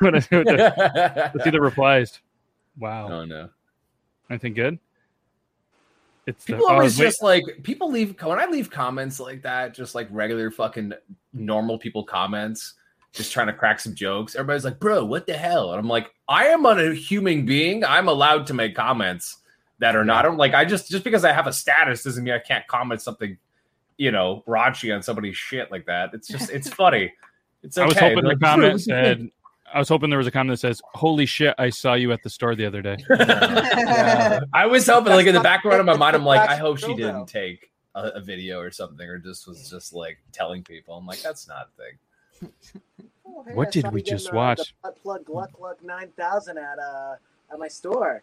S1: When I see what the- Let's see the replies. Wow.
S6: Oh no.
S1: Anything good? It's the-
S6: people
S1: oh,
S6: always
S1: wait.
S6: just like people leave when I leave comments like that, just like regular fucking normal people comments, just trying to crack some jokes. Everybody's like, "Bro, what the hell?" And I'm like, "I am a human being. I'm allowed to make comments that are not. I don't like. I just just because I have a status doesn't mean I can't comment something, you know, raunchy on somebody's shit like that. It's just it's funny. It's okay.
S1: I was hoping
S6: They're
S1: the
S6: like, "Bro,
S1: comment
S6: what the
S1: said. I was hoping there was a comment that says, "Holy shit! I saw you at the store the other day."
S6: I was hoping, like in the background of my mind, I'm like, I hope she
S1: Dildo.
S6: didn't take a, a video or something, or just was just like telling people. I'm like, that's not a thing.
S3: Oh, hey,
S1: What
S3: I
S1: did
S3: saw
S1: we
S3: you getting
S1: just
S3: the-
S1: watch?
S3: The butt plug gluck gluck nine thousand at uh at my store.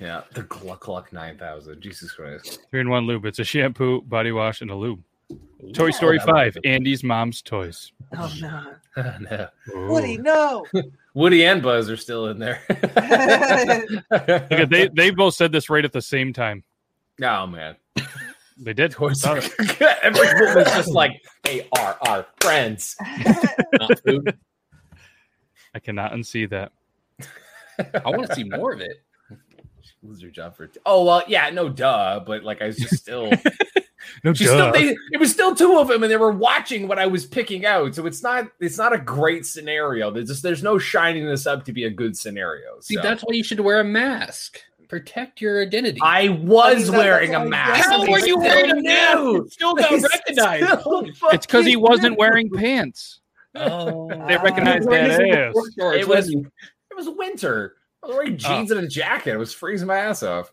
S6: Yeah, the Gluck Gluck Nine Thousand. Jesus Christ.
S1: Three in one lube. It's a shampoo, body wash, and a lube.
S6: Ooh.
S1: Toy Story
S6: Oh, that
S1: Five. Andy's mom's toys.
S7: Oh no.
S6: no.
S3: Woody, no.
S6: Woody and Buzz are still in there.
S1: Look at- they they both said this right at the same time.
S6: oh man,
S1: They did. Saw it.
S6: everyone was just like, they are our friends.
S1: I cannot unsee that.
S4: I want to see more of it.
S6: Lose your job for. oh well, yeah, no, duh. But like, I was just still.
S1: No,
S6: She still,
S1: duh.
S6: they, it was still two of them, and they were watching what I was picking out. So it's not it's not a great scenario. There's just there's no shining this up to be a good scenario.
S4: See,
S6: so.
S4: that's why you should wear a mask. Protect your identity.
S6: I was wearing a mask.
S4: How were you wearing a mask? and Still got recognized. Holy
S1: It's because he wasn't wearing pants.
S4: Oh,
S1: They recognize
S6: I was
S1: that
S6: wearing
S1: ass.
S6: shorts. It was it was winter. I was
S4: Oh.
S6: wearing jeans and a jacket. I was freezing my ass off.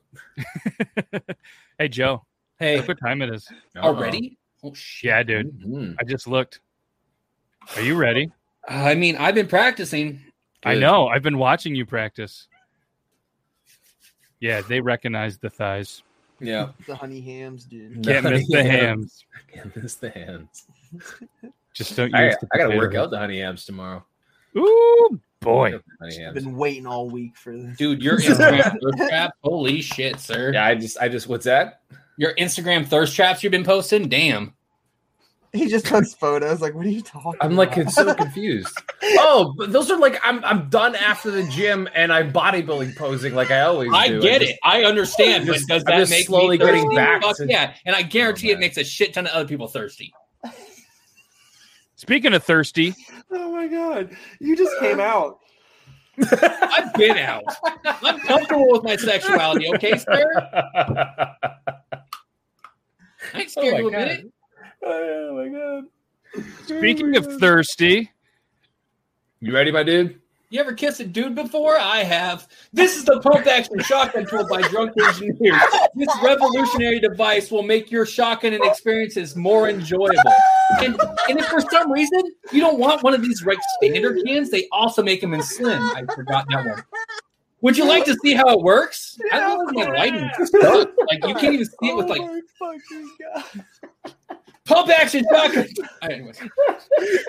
S1: Hey Joe.
S4: Hey.
S1: Look what time it is.
S4: Already? Oh shit.
S1: Yeah, Mm-hmm. dude. I just looked. Are you ready?
S4: I mean, I've been practicing.
S1: I
S4: Good.
S1: know. I've been watching you practice. Yeah, they recognize the thighs.
S4: Yeah.
S7: The honey hams, dude.
S1: Can't miss the hams.
S6: Can't miss the hams.
S1: Just don't use
S6: I,
S1: the
S6: I gotta
S1: potato.
S6: work out the honey hams tomorrow.
S1: Ooh, boy.
S6: Honey
S7: I've
S6: hams.
S7: been waiting all week for this.
S4: Dude, your Instagram thirst trap. Holy shit, sir.
S6: Yeah, I just I just what's that?
S4: Your Instagram thirst traps you've been posting? Damn.
S7: he just posts photos. Like, what are you talking?
S6: I'm like
S7: about?
S6: it's so confused. oh, but those are like I'm I'm done after the gym and I'm bodybuilding posing like I always
S4: I
S6: do.
S4: get it. I understand.
S6: just-
S4: but does
S6: I'm
S4: that
S6: just
S4: make
S6: slowly
S4: me
S6: getting
S4: thirsty?
S6: back
S4: Fuck
S6: to- Oh,
S4: yeah, and I guarantee it makes a shit ton of other people thirsty.
S1: Speaking of thirsty,
S7: oh my god, you just came out.
S4: I've been out. I'm comfortable with my sexuality. Okay, sir. I ain't scared
S6: Oh my
S4: to
S6: God.
S4: admit it.
S6: Oh my god.
S1: speaking of thirsty,
S6: You ready, my dude?
S4: You ever kissed a dude before? I have. This is the pump action shotgun tool by Drunk Engineers. This revolutionary device will make your shotgun and experiences more enjoyable. And, and if for some reason you don't want one of these like standard cans, they also make them in slim. I forgot that one. Would you like to see how it works? I love my lighting. Like you can't even see it with like pump action shotgun. All right, anyways.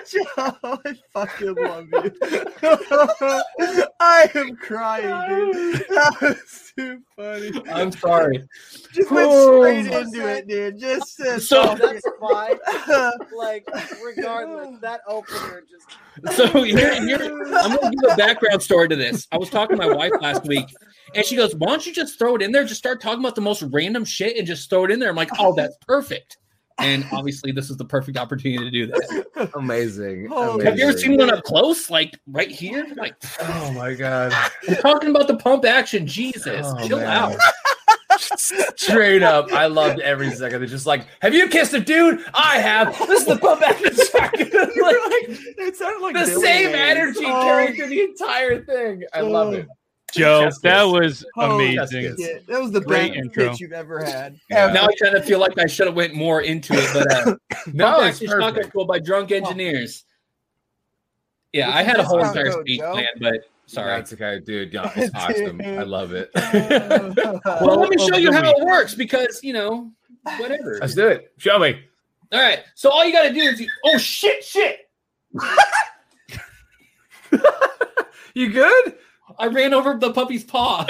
S7: Joe, I fucking love you. I am crying, dude. That was too funny.
S4: I'm sorry.
S7: Just went
S4: Oh.
S7: straight into it, dude. Just said
S4: So-
S3: That's fine. like, regardless, that opener just
S4: So here, here, I'm going to give a background story to this. I was talking to my wife last week, and she goes, "Why don't you just throw it in there? Just start talking about the most random shit and just throw it in there." I'm like, "Oh, that's perfect." And obviously, this is the perfect opportunity to do that.
S6: Amazing.
S4: Have you ever
S6: Amazing.
S4: seen one up close, like right here? Like,
S6: Oh my god.
S4: I'm talking about the pump action. Jesus,
S6: Oh,
S4: chill
S6: man.
S4: out.
S6: Straight up, I loved every second. It's just like, have you kissed a dude? I have. This is the pump action shotgun. like,
S7: it sounded like
S6: the
S7: Billy
S6: same
S7: Mays.
S6: energy
S7: Oh.
S6: carried through the entire thing. I love it.
S1: Joe,
S6: Chef's
S1: that
S6: kiss.
S1: was
S7: Holy
S1: amazing.
S7: shit, Oh, That was the
S1: Great
S7: best
S1: intro.
S7: pitch you've ever had.
S4: Now I kind of feel like I should have went more into it, but uh,
S6: No,
S4: Pump
S6: it's
S4: Action Shotgun
S6: perfect.
S4: Tool by Drunk Engineers. Yeah,
S7: What's
S4: I
S7: the
S4: had a whole
S7: discount
S4: entire
S7: code,
S4: speech
S7: Joe?
S4: planned, but sorry.
S6: That's okay, dude. Yeah, it's awesome. I love it. Uh,
S4: well, let me
S6: Quote
S4: show
S6: of
S4: you
S6: the
S4: how
S6: week.
S4: it works because you know, whatever.
S6: Let's do it. Show me.
S4: All right. So all you gotta do is you oh shit, shit.
S6: You good?
S4: I ran over the puppy's paw.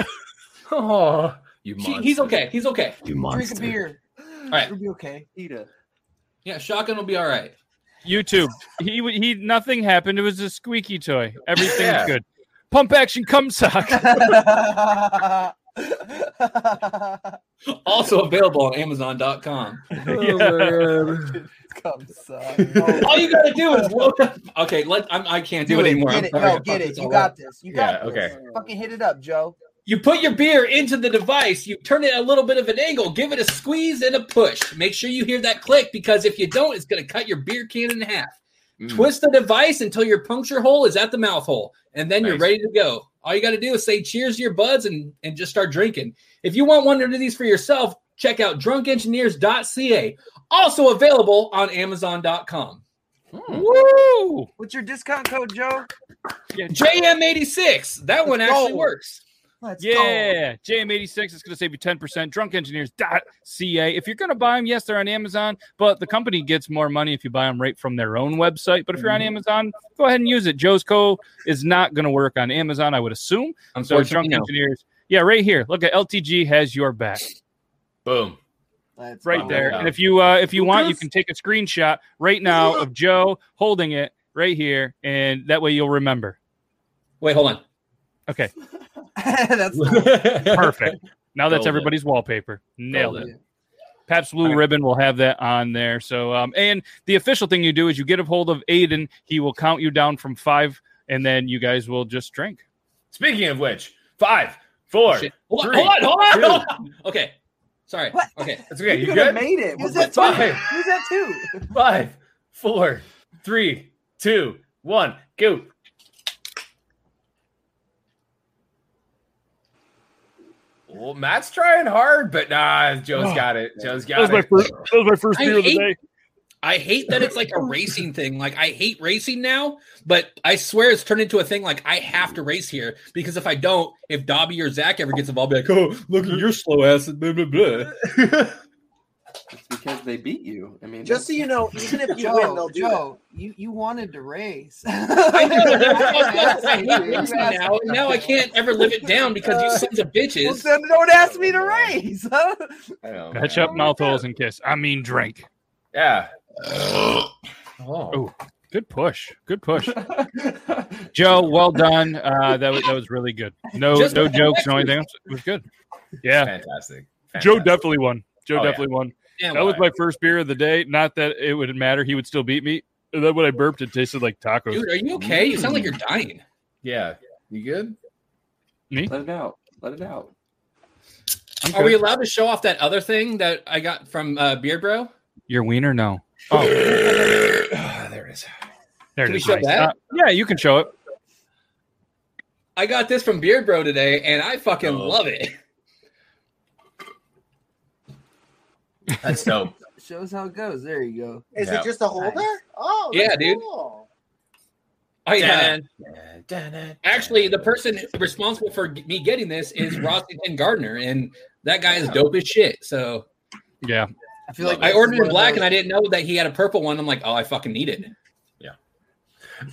S6: Oh, you
S4: She-
S6: monster.
S4: he's okay. He's okay.
S6: You
S7: Drink a beer.
S4: All right.
S7: It'll be okay. Eat it.
S4: Yeah, shotgun will be all right.
S1: YouTube. He he. Nothing happened. It was a squeaky toy. Everything's
S6: Yeah.
S1: good. Pump action, cum sock.
S4: Also available on Amazon.com.
S6: Oh,
S7: Come suck.
S4: All you gotta do is load up. Okay, let I'm, I can't do, it anymore.
S7: Get
S4: I'm
S7: it.
S4: sorry.
S7: No,
S4: I
S7: get
S4: fucked
S7: it.
S4: this
S7: You
S4: all
S7: got
S4: up.
S7: this. You
S6: Yeah,
S7: got
S6: okay.
S7: this. Fucking hit it up, Joe.
S4: You put your beer into the device, you turn it at a little bit of an angle, give it a squeeze and a push. Make sure you hear that click because if you don't, it's going to cut your beer can in half.
S6: Mm.
S4: Twist the device until your puncture hole is at the mouth hole, and then you're
S6: Nice.
S4: ready to go. All you got to do is say cheers to your buds and, and just start drinking. If you want one of these for yourself, check out drunkengineers.ca, also available on amazon.com. Hmm.
S1: Woo!
S7: What's your discount code, Joe?
S4: JM86, that one
S7: Let's
S4: actually
S7: go.
S4: works.
S7: Let's go.
S1: Yeah, JM86 is going to save you 10%. DrunkEngineers.ca. If you're going to buy them, yes, they're on Amazon, but the company gets more money if you buy them right from their own website. But if you're on
S7: Mm-hmm.
S1: Amazon, go ahead and use it. Joe's Co is not going to work on Amazon, I would assume. So,
S4: Unfortunately,
S1: Drunk
S4: no.
S1: Engineers. Yeah, right here. Look at LTG has your back
S6: Boom.
S7: Let's
S1: right
S7: go.
S1: there. And if you uh, if you want, you can take a screenshot right now of Joe holding it right here, and that way you'll remember.
S4: Wait, hold on.
S1: Okay,
S7: That's
S1: perfect. Now that's
S6: Nailed it.
S1: everybody's wallpaper. Nailed
S6: Nailed
S1: it. Paps Blue Ribbon will have that on there. So, um, and the official thing you do is you get a hold of Aiden. He will count you down from five, and then you guys will just drink.
S6: Speaking of which, five, four, three, two, one. four.
S4: Hold on,
S6: three,
S4: hold on, hold on,
S6: two.
S4: hold on. Okay. Sorry. Okay.
S6: That's okay. You, good?
S7: made it. Who's
S6: Who's that
S7: that
S6: five?
S7: Who's that two?
S6: Five, four, three, two, one, go. Well, Matt's trying hard, but nah, Joe's got it. Joe's got
S1: That was
S6: it.
S1: my first. That was my first beer of the
S4: hate-
S1: day.
S4: I hate that it's like a racing thing. Like I hate racing now, but I swear it's turned into a thing. Like I have to race here because if I don't, if Dobby or Zach ever gets involved, I'll be like, oh, look at your slow ass, blah blah blah.
S8: It's because they beat you. I mean,
S4: Just so you know, even if you
S7: Joe,
S4: win, they'll do
S7: Joe, you you wanted to race.
S4: I hate racing now, and now I can't ever live it down because you sons of
S7: Uh, Well,
S4: bitches.
S7: then don't ask me to race.
S1: Patch up mouth holes and kiss. I mean, drink.
S6: Yeah.
S1: Oh, good push. Good push. Joe, well done. Uh, that was that was really good. No
S6: Just
S1: no
S6: like
S1: jokes, no
S6: Alexis.
S1: anything else. It was good. Yeah.
S6: Fantastic.
S1: Joe definitely won. Joe
S6: Oh, yeah.
S1: definitely won.
S6: Damn
S1: that was my
S6: right.
S1: first beer of the day. Not that it would matter. He would still beat me. And then when I burped, it tasted like tacos.
S4: Dude, are you okay? You sound like you're dying.
S6: Yeah. You good?
S1: Me?
S8: Let it out. Let it out.
S4: Are we allowed to show off that other thing that I got from uh, Beard Bro?
S1: Your wiener? No. Oh,
S6: there it is.
S1: There it
S4: Can we
S1: is.
S4: show
S1: Nice.
S4: that?
S1: Uh, yeah, you can show it.
S4: I got this from Beard Bro today, and I fucking
S1: Oh.
S4: love it.
S6: That's dope.
S7: Shows how it goes. There you go.
S3: Is it just a holder? Oh,
S4: Yeah,
S3: that's
S4: dude.
S3: cool.
S4: Oh yeah.
S6: Dun,
S4: Actually, the person responsible for g- me getting this is Rossington Gardner, and that guy is dope as shit. So
S1: Yeah.
S7: I feel like
S4: I ordered in black,
S7: and
S4: and I didn't know that he had a purple one. I'm like, oh, I fucking need it.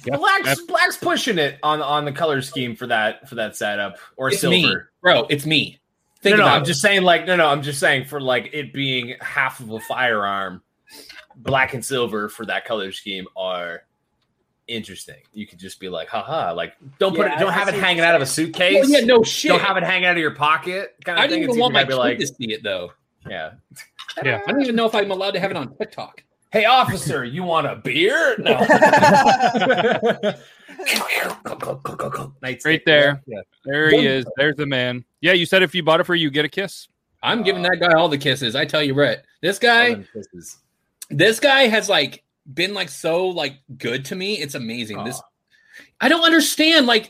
S6: Black's Black's pushing it on on the color scheme for that for that setup or
S4: It's
S6: silver,
S4: me, bro. It's me. Think
S6: no, no,
S4: about
S6: I'm
S4: it.
S6: just saying like no, no, I'm just saying for like it being half of a firearm, black and silver for that color scheme are interesting. You could just be like, haha, like don't put
S4: Yeah,
S6: it, don't
S4: I-
S6: have
S4: I
S6: it
S4: see what
S6: hanging
S4: you're
S6: out of a
S4: saying.
S6: suitcase.
S4: Well, yeah, no shit.
S6: Don't have it hanging out of your pocket. Kind of
S4: I didn't
S6: thing.
S4: even want my
S6: be
S4: kid
S6: like,
S4: to see it though.
S6: yeah,
S1: yeah.
S4: I don't even know if I'm allowed to have it on TikTok.
S6: Hey, officer, you want a beer? No.
S1: Right there.
S6: Yeah.
S1: There he is. There's the man. Yeah, you said if you bought it for you, get a kiss.
S4: I'm giving that guy all the kisses. I tell you what, this guy, this guy has like been like so like good to me. It's amazing. This I don't understand. Like,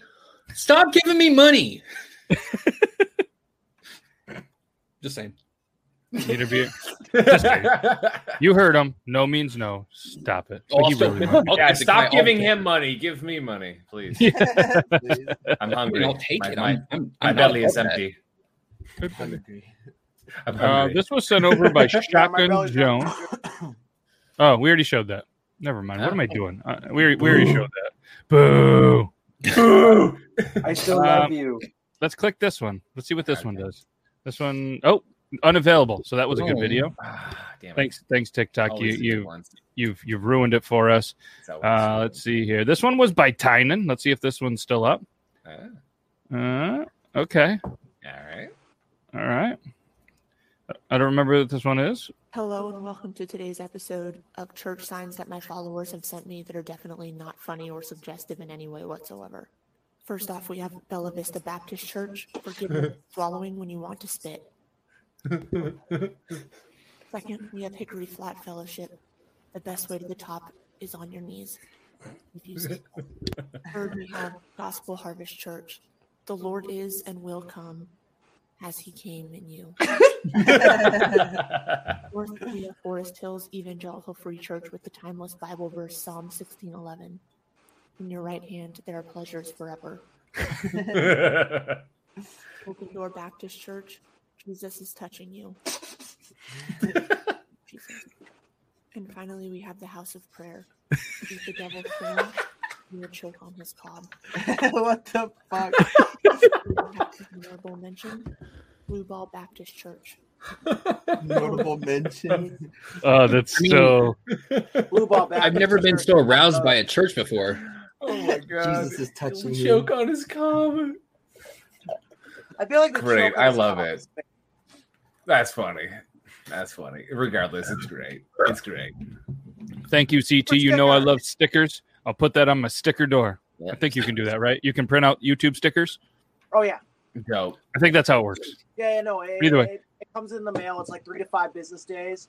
S4: stop giving me money. Just saying.
S1: Need a beer. Just kidding. you heard him. No means no. Stop it. But he really won.
S6: yeah, stop giving him money. Give me money, please. I'm hungry.
S4: I'll take
S6: my,
S4: it.
S6: My,
S4: I'm- I'm-
S6: my
S4: I'm not
S6: belly is
S4: upset.
S6: empty. I'm
S1: Uh,
S6: hungry.
S1: this was sent over by
S6: Yeah, my
S1: Shotgun
S6: belly's
S1: Jones. Oh, we already showed that. Never mind. What am I doing? Uh, we, already- we already showed that. Boo.
S8: Boo. I still love
S1: Um,
S8: you.
S1: Let's click this one. Let's see what this one does. This one, oh, unavailable. So that was a good
S6: Oh.
S1: video.
S6: it.
S1: Thanks, thanks TikTok. You,
S6: Always the good
S1: you,
S6: ones.
S1: you've you've ruined it for us. Uh, let's see here. This one was by Tynan. Let's see if this one's still up. Uh, okay.
S6: All right.
S1: All right. I don't remember what this one is.
S14: Hello and welcome to today's episode of church signs that my followers have sent me that are definitely not funny or suggestive in any way whatsoever. First off, we have Bella Vista Baptist Church. Forgive me for swallowing when you want to spit. Second, we have Hickory Flat Fellowship. The best way to the top is on your knees. If you say that. Third, we have Gospel Harvest Church. The Lord is and will come as he came in you. Fourth, we have Forest Hills Evangelical Free Church with the timeless Bible verse Psalm 16:11. In your right hand there are pleasures forever. Open Door Baptist Church, Jesus is touching you. Jesus. And finally, we have the House of Prayer. He's the devil's friend. You will choke on his cob.
S7: what the fuck?
S14: Honorable mention, Blue Ball Baptist Church.
S7: Notable mention.
S1: Oh, that's
S4: I mean-
S1: so.
S7: Blue ball
S4: I've never been so aroused by a church before.
S7: Oh my god. Jesus is touching you.
S6: Choke on his cob.
S3: I feel like the
S6: Great.
S3: choke on
S6: I
S3: his
S6: love
S3: cock
S6: it.
S3: is-
S6: That's funny. That's funny. Regardless, it's great. It's great.
S1: Thank you, CT. You know I love stickers. I'll put that on my sticker door. I think you can do that, right? You can print out YouTube stickers.
S3: Oh yeah.
S6: Dope.
S1: I think that's how it works.
S3: Yeah, yeah, no. It,
S1: Either way.
S3: It, it comes in the mail. It's like three to five business days.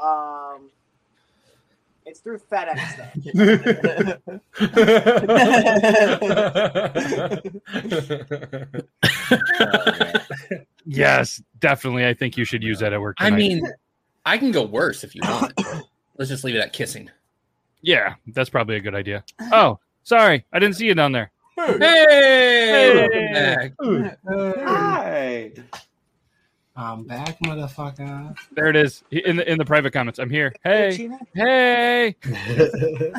S3: Um, it's through FedEx. Though.
S1: Yes, definitely. I think you should use that at work.
S4: I
S1: tonight.
S4: mean, I can go worse if you want. Let's just leave it at kissing.
S1: yeah, that's probably a good idea. Oh, sorry, I didn't see you down there.
S4: Hey,
S1: Welcome
S8: Mm. Hi.
S5: I'm back, motherfucker.
S1: There it is in the in the private comments. I'm here. Hey, hey. My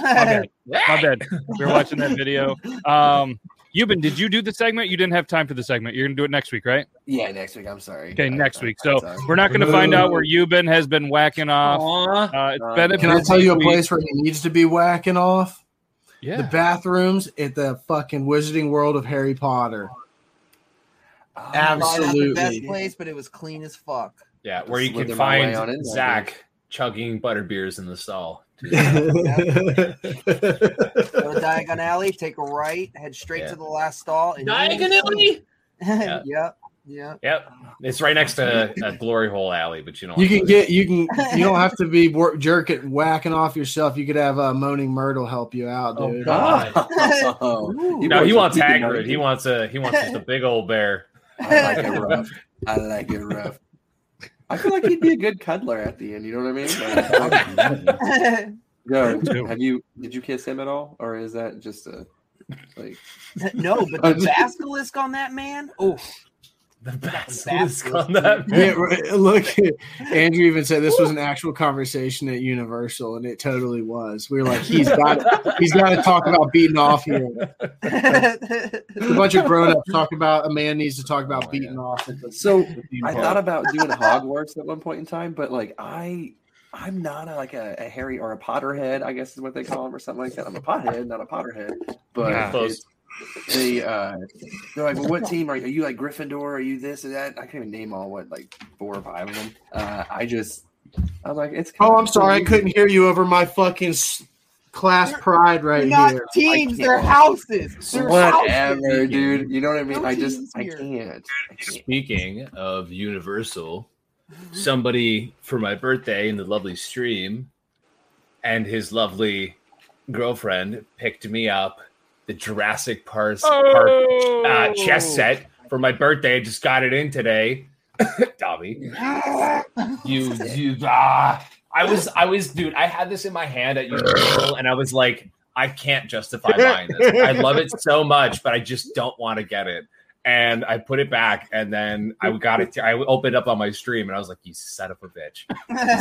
S1: bad. My bad. We were watching that video. Um, Euban, did you do the segment? You didn't have time for the segment. You're gonna do it next week, right?
S8: Yeah, next week. I'm sorry.
S1: Okay, next week. So we're not gonna find out where Euban has been whacking off. Uh, it's been a
S5: Can I
S1: busy
S5: tell you a
S1: week.
S5: place where he needs to be whacking off?
S1: Yeah.
S5: The bathrooms at the fucking Wizarding World of Harry Potter.
S7: Ah, Not the
S5: Absolutely.
S7: best place, but it was clean as fuck.
S6: Yeah, where you can
S8: Slither my way on in
S6: find
S8: there,
S6: Zach chugging butterbeers in the stall.
S7: Go to Diagon Alley, take a right, head straight
S6: Yeah.
S7: to the last stall. And
S4: Diagon Alley?
S7: yeah. Yep. Yep.
S6: Yep, it's right next to a glory hole alley, but you don't.
S5: You
S6: have to
S5: can
S6: go
S5: get you can you don't have to be wor- jerk at whacking off yourself. You could have uh, moaning Myrtle help you out, dude.
S6: God.
S8: He
S6: no, he
S8: wants
S6: wants
S8: a big
S6: Hagrid.
S8: monkey.
S6: He wants a he wants just a big old bear.
S8: I like it rough. I like it rough. I feel like he'd be a good cuddler at the end. You know what I mean? Like, yo, have you? Did you kiss him at all, or is that just a like?
S7: no, but the basilisk on that man. Oh,
S6: the
S7: basilisk
S6: on that
S5: Yeah, right, look, Andrew even said this was an actual conversation at Universal, and it totally was. We were like, he's got he's got to talk about beating off here. A bunch of grown ups talk about a man needs to talk about beating off. At the,
S8: So
S5: theme
S8: I
S5: park.
S8: thought about doing Hogwarts at one point in time, but like I, I'm not a, like a, a Harry or a Potterhead. I guess is what they call him or something like that. I'm a pothead, not a Potterhead. But
S6: Yeah.
S8: it's- they uh, they're like, well, what team are you? Are you like Gryffindor? Are you this or that? I can't even name all what like four or five of them. Uh, I just I was like, it's
S5: oh, I'm sorry, I couldn't hear you over my fucking s- class pride right
S7: not
S5: here.
S7: teams, they're houses. They're houses.
S8: whatever, dude. You know what I mean?
S7: No
S8: I just
S7: teams
S8: I
S7: here.
S8: can't.
S6: Speaking of Universal, somebody for my birthday in the lovely stream and his lovely girlfriend picked me up the Jurassic Park, Park uh, chess set for my birthday. I just got it in today. Dobby. You, you ah. I was, I was, dude. I had this in my hand at Universal, and I was like, I can't justify buying this. I love it so much, but I just don't want to get it. And I put it back, and then I got it. I opened up on my stream, and I was like, "You son of a bitch!"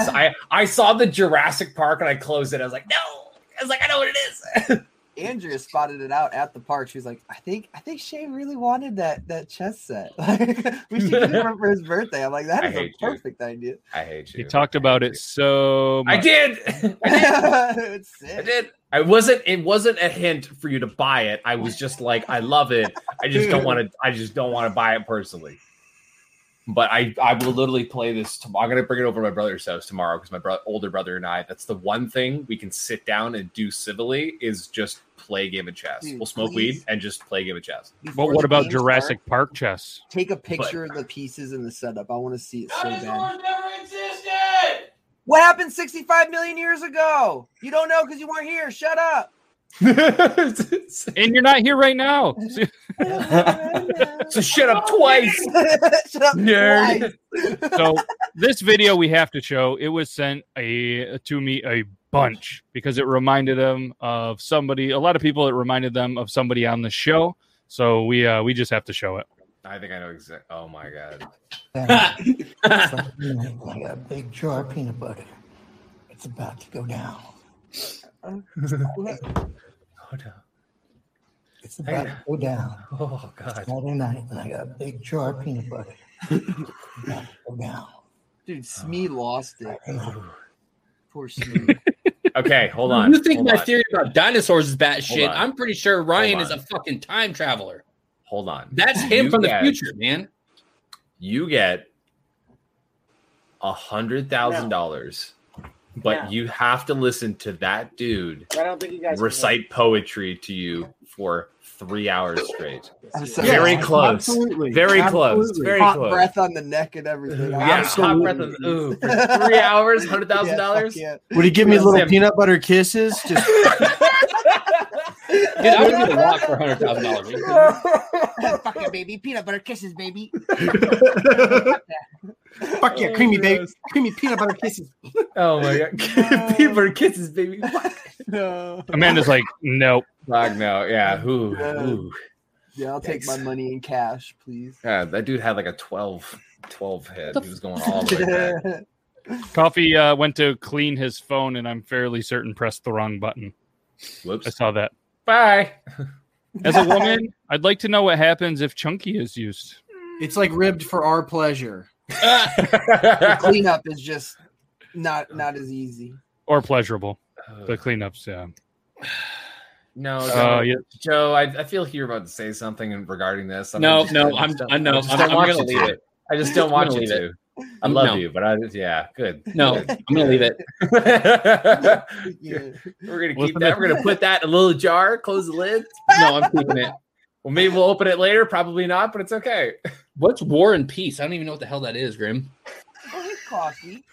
S6: So I, I saw the Jurassic Park, and I closed it. I was like, "No." I was like, I know what it is.
S7: Andrea spotted it out at the park. She was like, I think I think Shane really wanted that that chess set. we should get it for him for his birthday. I'm like, that
S1: I
S7: is a
S1: hate you.
S7: perfect idea.
S6: I hate
S1: He talked about it so.
S6: I
S1: much.
S6: did.
S7: it's
S6: I did. I wasn't. It wasn't a hint for you to buy it. I was just like, I love it. I just don't want to. I just don't want to buy it personally. But I, I will literally play this. Tomorrow. I'm gonna bring it over to my brother's house tomorrow because my bro- older brother and I. That's the one thing we can sit down and do civilly is just play a game of chess.
S7: Dude,
S6: we'll smoke
S7: please.
S6: weed and just play a game of chess.
S1: But what about Jurassic Park chess?
S7: Take a picture of the pieces and the setup. I want to see it so bad.
S4: never existed.
S7: What happened 65 million years ago? You don't know because you weren't here. Shut up.
S1: and you're not here right now.
S6: so shut up twice.
S7: shut up
S6: Nerd.
S1: so this video we have to show. It was sent a to me a bunch because it reminded them of somebody. A lot of people. It reminded them of somebody on the show. So we uh, we just have to show it.
S6: I think I know exactly. Oh my god.
S15: it's like, you know, like a big jar of peanut butter. It's about to go down. It's about to go down.
S6: Oh god.
S15: Saturday night, and I got a big jar of peanut butter. It's about to go down.
S7: Dude, Smee lost it. Poor Smee.
S6: Okay, hold on.
S4: You think
S6: hold
S4: my
S6: on.
S4: theory about dinosaurs is bat
S6: Hold
S4: shit?
S6: on.
S4: I'm pretty sure Ryan
S6: on.
S4: is a fucking time traveler.
S6: Hold on.
S4: That's him
S6: You
S4: from the
S6: get-
S4: future, man.
S6: You get a hundred thousand dollars but
S3: Yeah.
S6: you have to listen to that dude
S3: I don't think you guys can
S6: recite poetry to you for three hours straight.
S7: I'm sorry.
S6: Very close.
S7: Absolutely.
S6: Very close.
S7: Absolutely.
S6: Very
S7: Hot
S6: close.
S7: breath on the neck and everything.
S6: Yeah, hot breath of ooh, for three hours, hundred thousand dollars.
S5: Would he give me
S6: Yeah,
S5: little
S6: Sam.
S5: peanut butter kisses? Just
S4: Dude, I would give a lot for hundred thousand dollars.
S16: Fuck yeah, baby. Peanut butter kisses, baby.
S5: fuck yeah, creamy baby, creamy peanut butter kisses.
S6: Oh my god, peanut butter kisses, baby.
S5: no.
S1: Amanda's like, nope.
S6: Fuck no. Yeah. Ooh, ooh.
S7: Yeah, I'll take my money in cash, please.
S6: Yeah, that dude had like a 12, 12 head. He was going all the way back.
S1: Coffee uh, went to clean his phone, and I'm fairly certain pressed the wrong button.
S6: Whoops.
S1: I saw that.
S6: Bye.
S1: As a woman, I'd like to know what happens if chunky is used.
S5: It's like ribbed for our pleasure.
S7: the cleanup is just
S4: Oh.
S7: not not as easy.
S1: or pleasurable. The cleanups, yeah.
S6: Uh, No,
S1: Uh,
S6: Oh, Joe,
S1: yeah.
S6: Joe I, I feel you're about to say something in- regarding this. and
S4: No,
S6: just-
S4: no,
S6: just
S4: I'm-
S6: don't-
S4: I know.
S6: just
S4: I'm-
S6: don't
S4: I'm
S6: want
S4: gonna
S6: you
S4: leave
S6: to.
S4: it.
S6: I just don't
S4: I'm
S6: want
S4: gonna
S6: you
S4: leave
S6: to.
S4: it.
S6: I love
S4: No.
S6: you, but I yeah, good.
S4: No,
S6: Good.
S4: I'm gonna leave it.
S6: We're gonna keep
S4: Listen
S6: that.
S4: to-
S6: We're gonna put that in a little jar. Close the lid.
S4: No, I'm keeping it.
S6: Well, maybe we'll open it later. Probably not, but it's okay.
S4: What's War and Peace? I don't even know what the hell that is, Grim.
S7: Oh, here's coffee.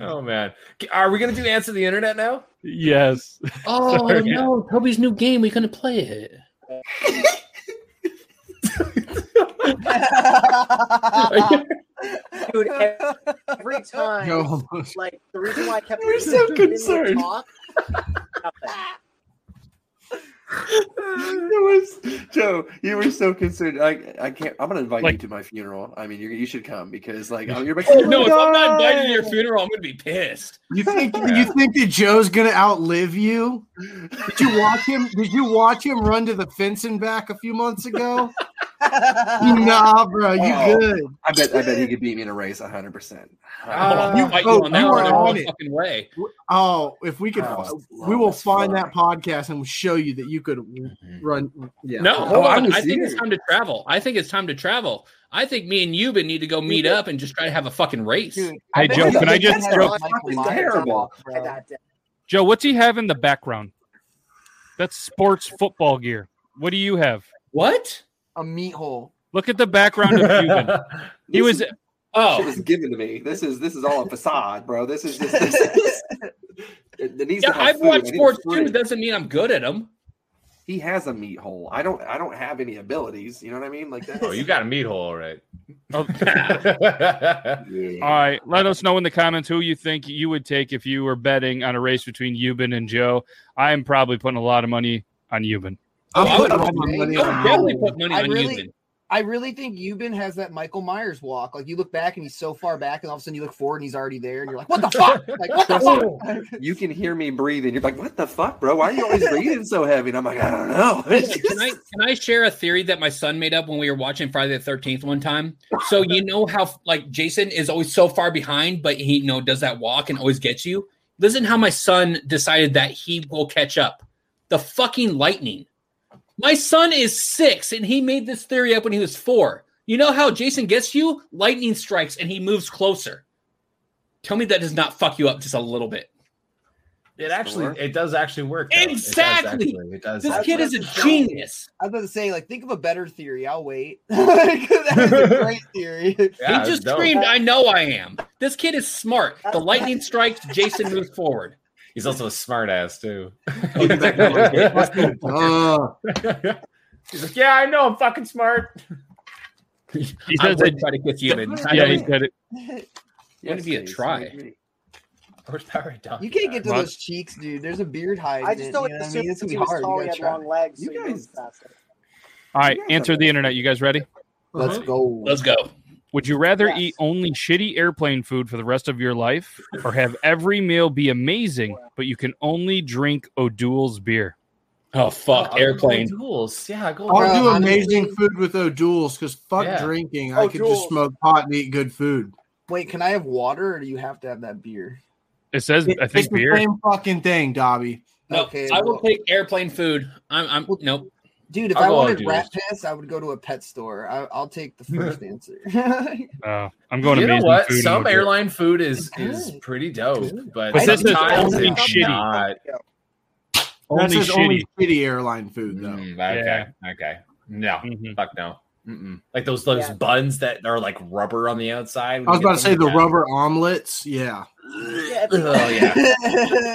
S6: Oh man, are we gonna do answer the internet now?
S1: Yes.
S4: Oh
S6: Sorry.
S4: no, Toby's new game. We couldn't play it.
S3: Dude, ev- every time,
S4: Yo, almost.
S3: like the reason why I kept
S4: We're so
S3: didn't really
S4: concerned.
S3: Talk,
S8: It was Joe. You were so concerned. I, I can't. I'm gonna invite you to my funeral. I mean, you you should come because like oh, you're like.
S4: no, if I'm not invited to your funeral, I'm gonna be pissed.
S5: You think you think that Joe's gonna outlive you? Did you watch him? Did you watch him run to the fence and back a few months ago? nah, bro, you
S8: Oh,
S5: good.
S8: I bet. I bet he could beat me in a race. 100. percent
S5: Oh, you- oh, you are on it.
S4: fucking way.
S5: Oh, if we could,
S8: Oh,
S5: we will find that podcast and we'll show you that you could run. Yeah.
S4: Mm-hmm. No, oh, I, I think it's time to travel. I think it's time to travel. I think me and Yuba need to go meet up and just try to have a fucking race.
S1: Hey, Joe, can I just Joe,
S3: terrible.
S1: Joe, what's he have in the background? That's sports football gear. What do you have?
S4: What?
S7: A meat hole.
S1: Look at the background of Cuban. He was
S8: Oh, shit was given to me. This is this is all a facade, bro. This is just. This is, it, it needs
S4: Yeah,
S8: to have
S4: I've
S8: food.
S4: watched
S8: I need
S4: sports
S8: food.
S4: too. Doesn't mean I'm good at them.
S8: He has a meat hole. I don't. I don't have any abilities. You know what I mean? Like that.
S6: Oh, you got a meat hole, all right.
S4: Oh.
S1: All right, let us know in the comments who you think you would take if you were betting on a race between Euban and Joe. I am probably putting a lot of money on Euban.
S5: I'm
S4: I would putting all my money- money I would on definitely Euban. put money
S7: I
S4: on
S7: really,
S4: Euban.
S7: I really think Euban has that Michael Myers walk. Like you look back and he's so far back, and all of a sudden you look forward and he's already there, and you're like, "What the fuck? Like what the fuck?"
S8: You can hear me breathing. You're like, what the fuck, bro? Why are you always breathing so heavy? And I'm like, I don't know.
S4: Can I can I share a theory that my son made up when we were watching Friday the Thirteenth one time? So you know how like Jason is always so far behind, but he you know does that walk and always gets you. Listen, how my son decided that he will catch up. The fucking lightning. My son is six, and he made this theory up when he was four. You know how Jason gets you? Lightning strikes, and he moves closer. Tell me that does not fuck you up just a little bit.
S6: It actually, it does actually work. though. It does
S4: Exactly.
S6: actually- It does.
S4: This
S6: actually-
S4: kid is a genius.
S7: I was about to say, like, think of a better theory. I'll wait. Like, that is a great theory.
S4: he just screamed, "I know I am." This kid is smart.
S7: Uh,
S4: The lightning strikes. Jason moves forward.
S6: He's also a smart ass too.
S5: Oh,
S6: He's like, yeah, I know, I'm fucking smart.
S1: He
S6: I
S1: says
S6: would
S1: it-
S6: try to kiss humans. I
S1: Yeah,
S6: know
S1: he
S6: it.
S1: said it.
S4: Wouldn't it be a
S6: please,
S4: try?
S6: I agree. Horsepower dog.
S7: You can't get to
S6: What?
S7: those cheeks, dude. There's a beard hide.
S3: I just don't
S7: don't you know what I
S3: assume
S7: mean? It's
S3: since
S7: gonna
S3: he
S7: be
S3: was
S7: hard.
S3: tall, he had long legs. so he moves faster.
S1: All right, answer the internet. You guys ready?
S7: Let's go.
S4: Uh-huh. Let's go.
S1: Would you rather eat only shitty airplane food for the rest of your life or have every meal be amazing, but you can only drink O'Doul's beer?
S4: Oh, fuck,
S6: I'll go
S1: airplane.
S6: with Duels. Yeah, go with
S5: I'll do
S6: Duels.
S5: amazing food with O'Douls because fuck
S7: Yeah.
S5: drinking. I could just
S7: O'Doul's.
S5: smoke pot and eat good food.
S7: Wait, can I have water or do you have to have that beer?
S1: It says, I
S5: It's
S1: think,
S5: the
S1: beer.
S5: same fucking thing, Dobby.
S4: No,
S7: Okay,
S4: I will
S7: well-
S4: take airplane food. I'm, I'm nope.
S7: Dude, if
S1: I'll
S7: i
S1: go on
S7: wanted
S1: duty.
S7: rat piss, I would go to a pet store. I, I'll take the first answer.
S1: Oh, I'm going
S6: you
S1: amazing
S6: know what?
S1: food.
S6: Some
S1: emoji.
S6: airline food is is pretty dope, but,
S1: But this is
S6: sometimes
S1: only
S6: it's
S1: shitty.
S6: not.
S5: That
S6: Only
S5: says only
S6: shitty.
S5: shitty airline food though.
S4: Mm,
S6: Okay, okay, no,
S1: Mm-hmm.
S6: fuck no. Mm-mm. Like those those buns that are like rubber on the outside.
S5: I was about to say the
S6: rubber.
S5: rubber omelets. Yeah.
S6: Oh yeah.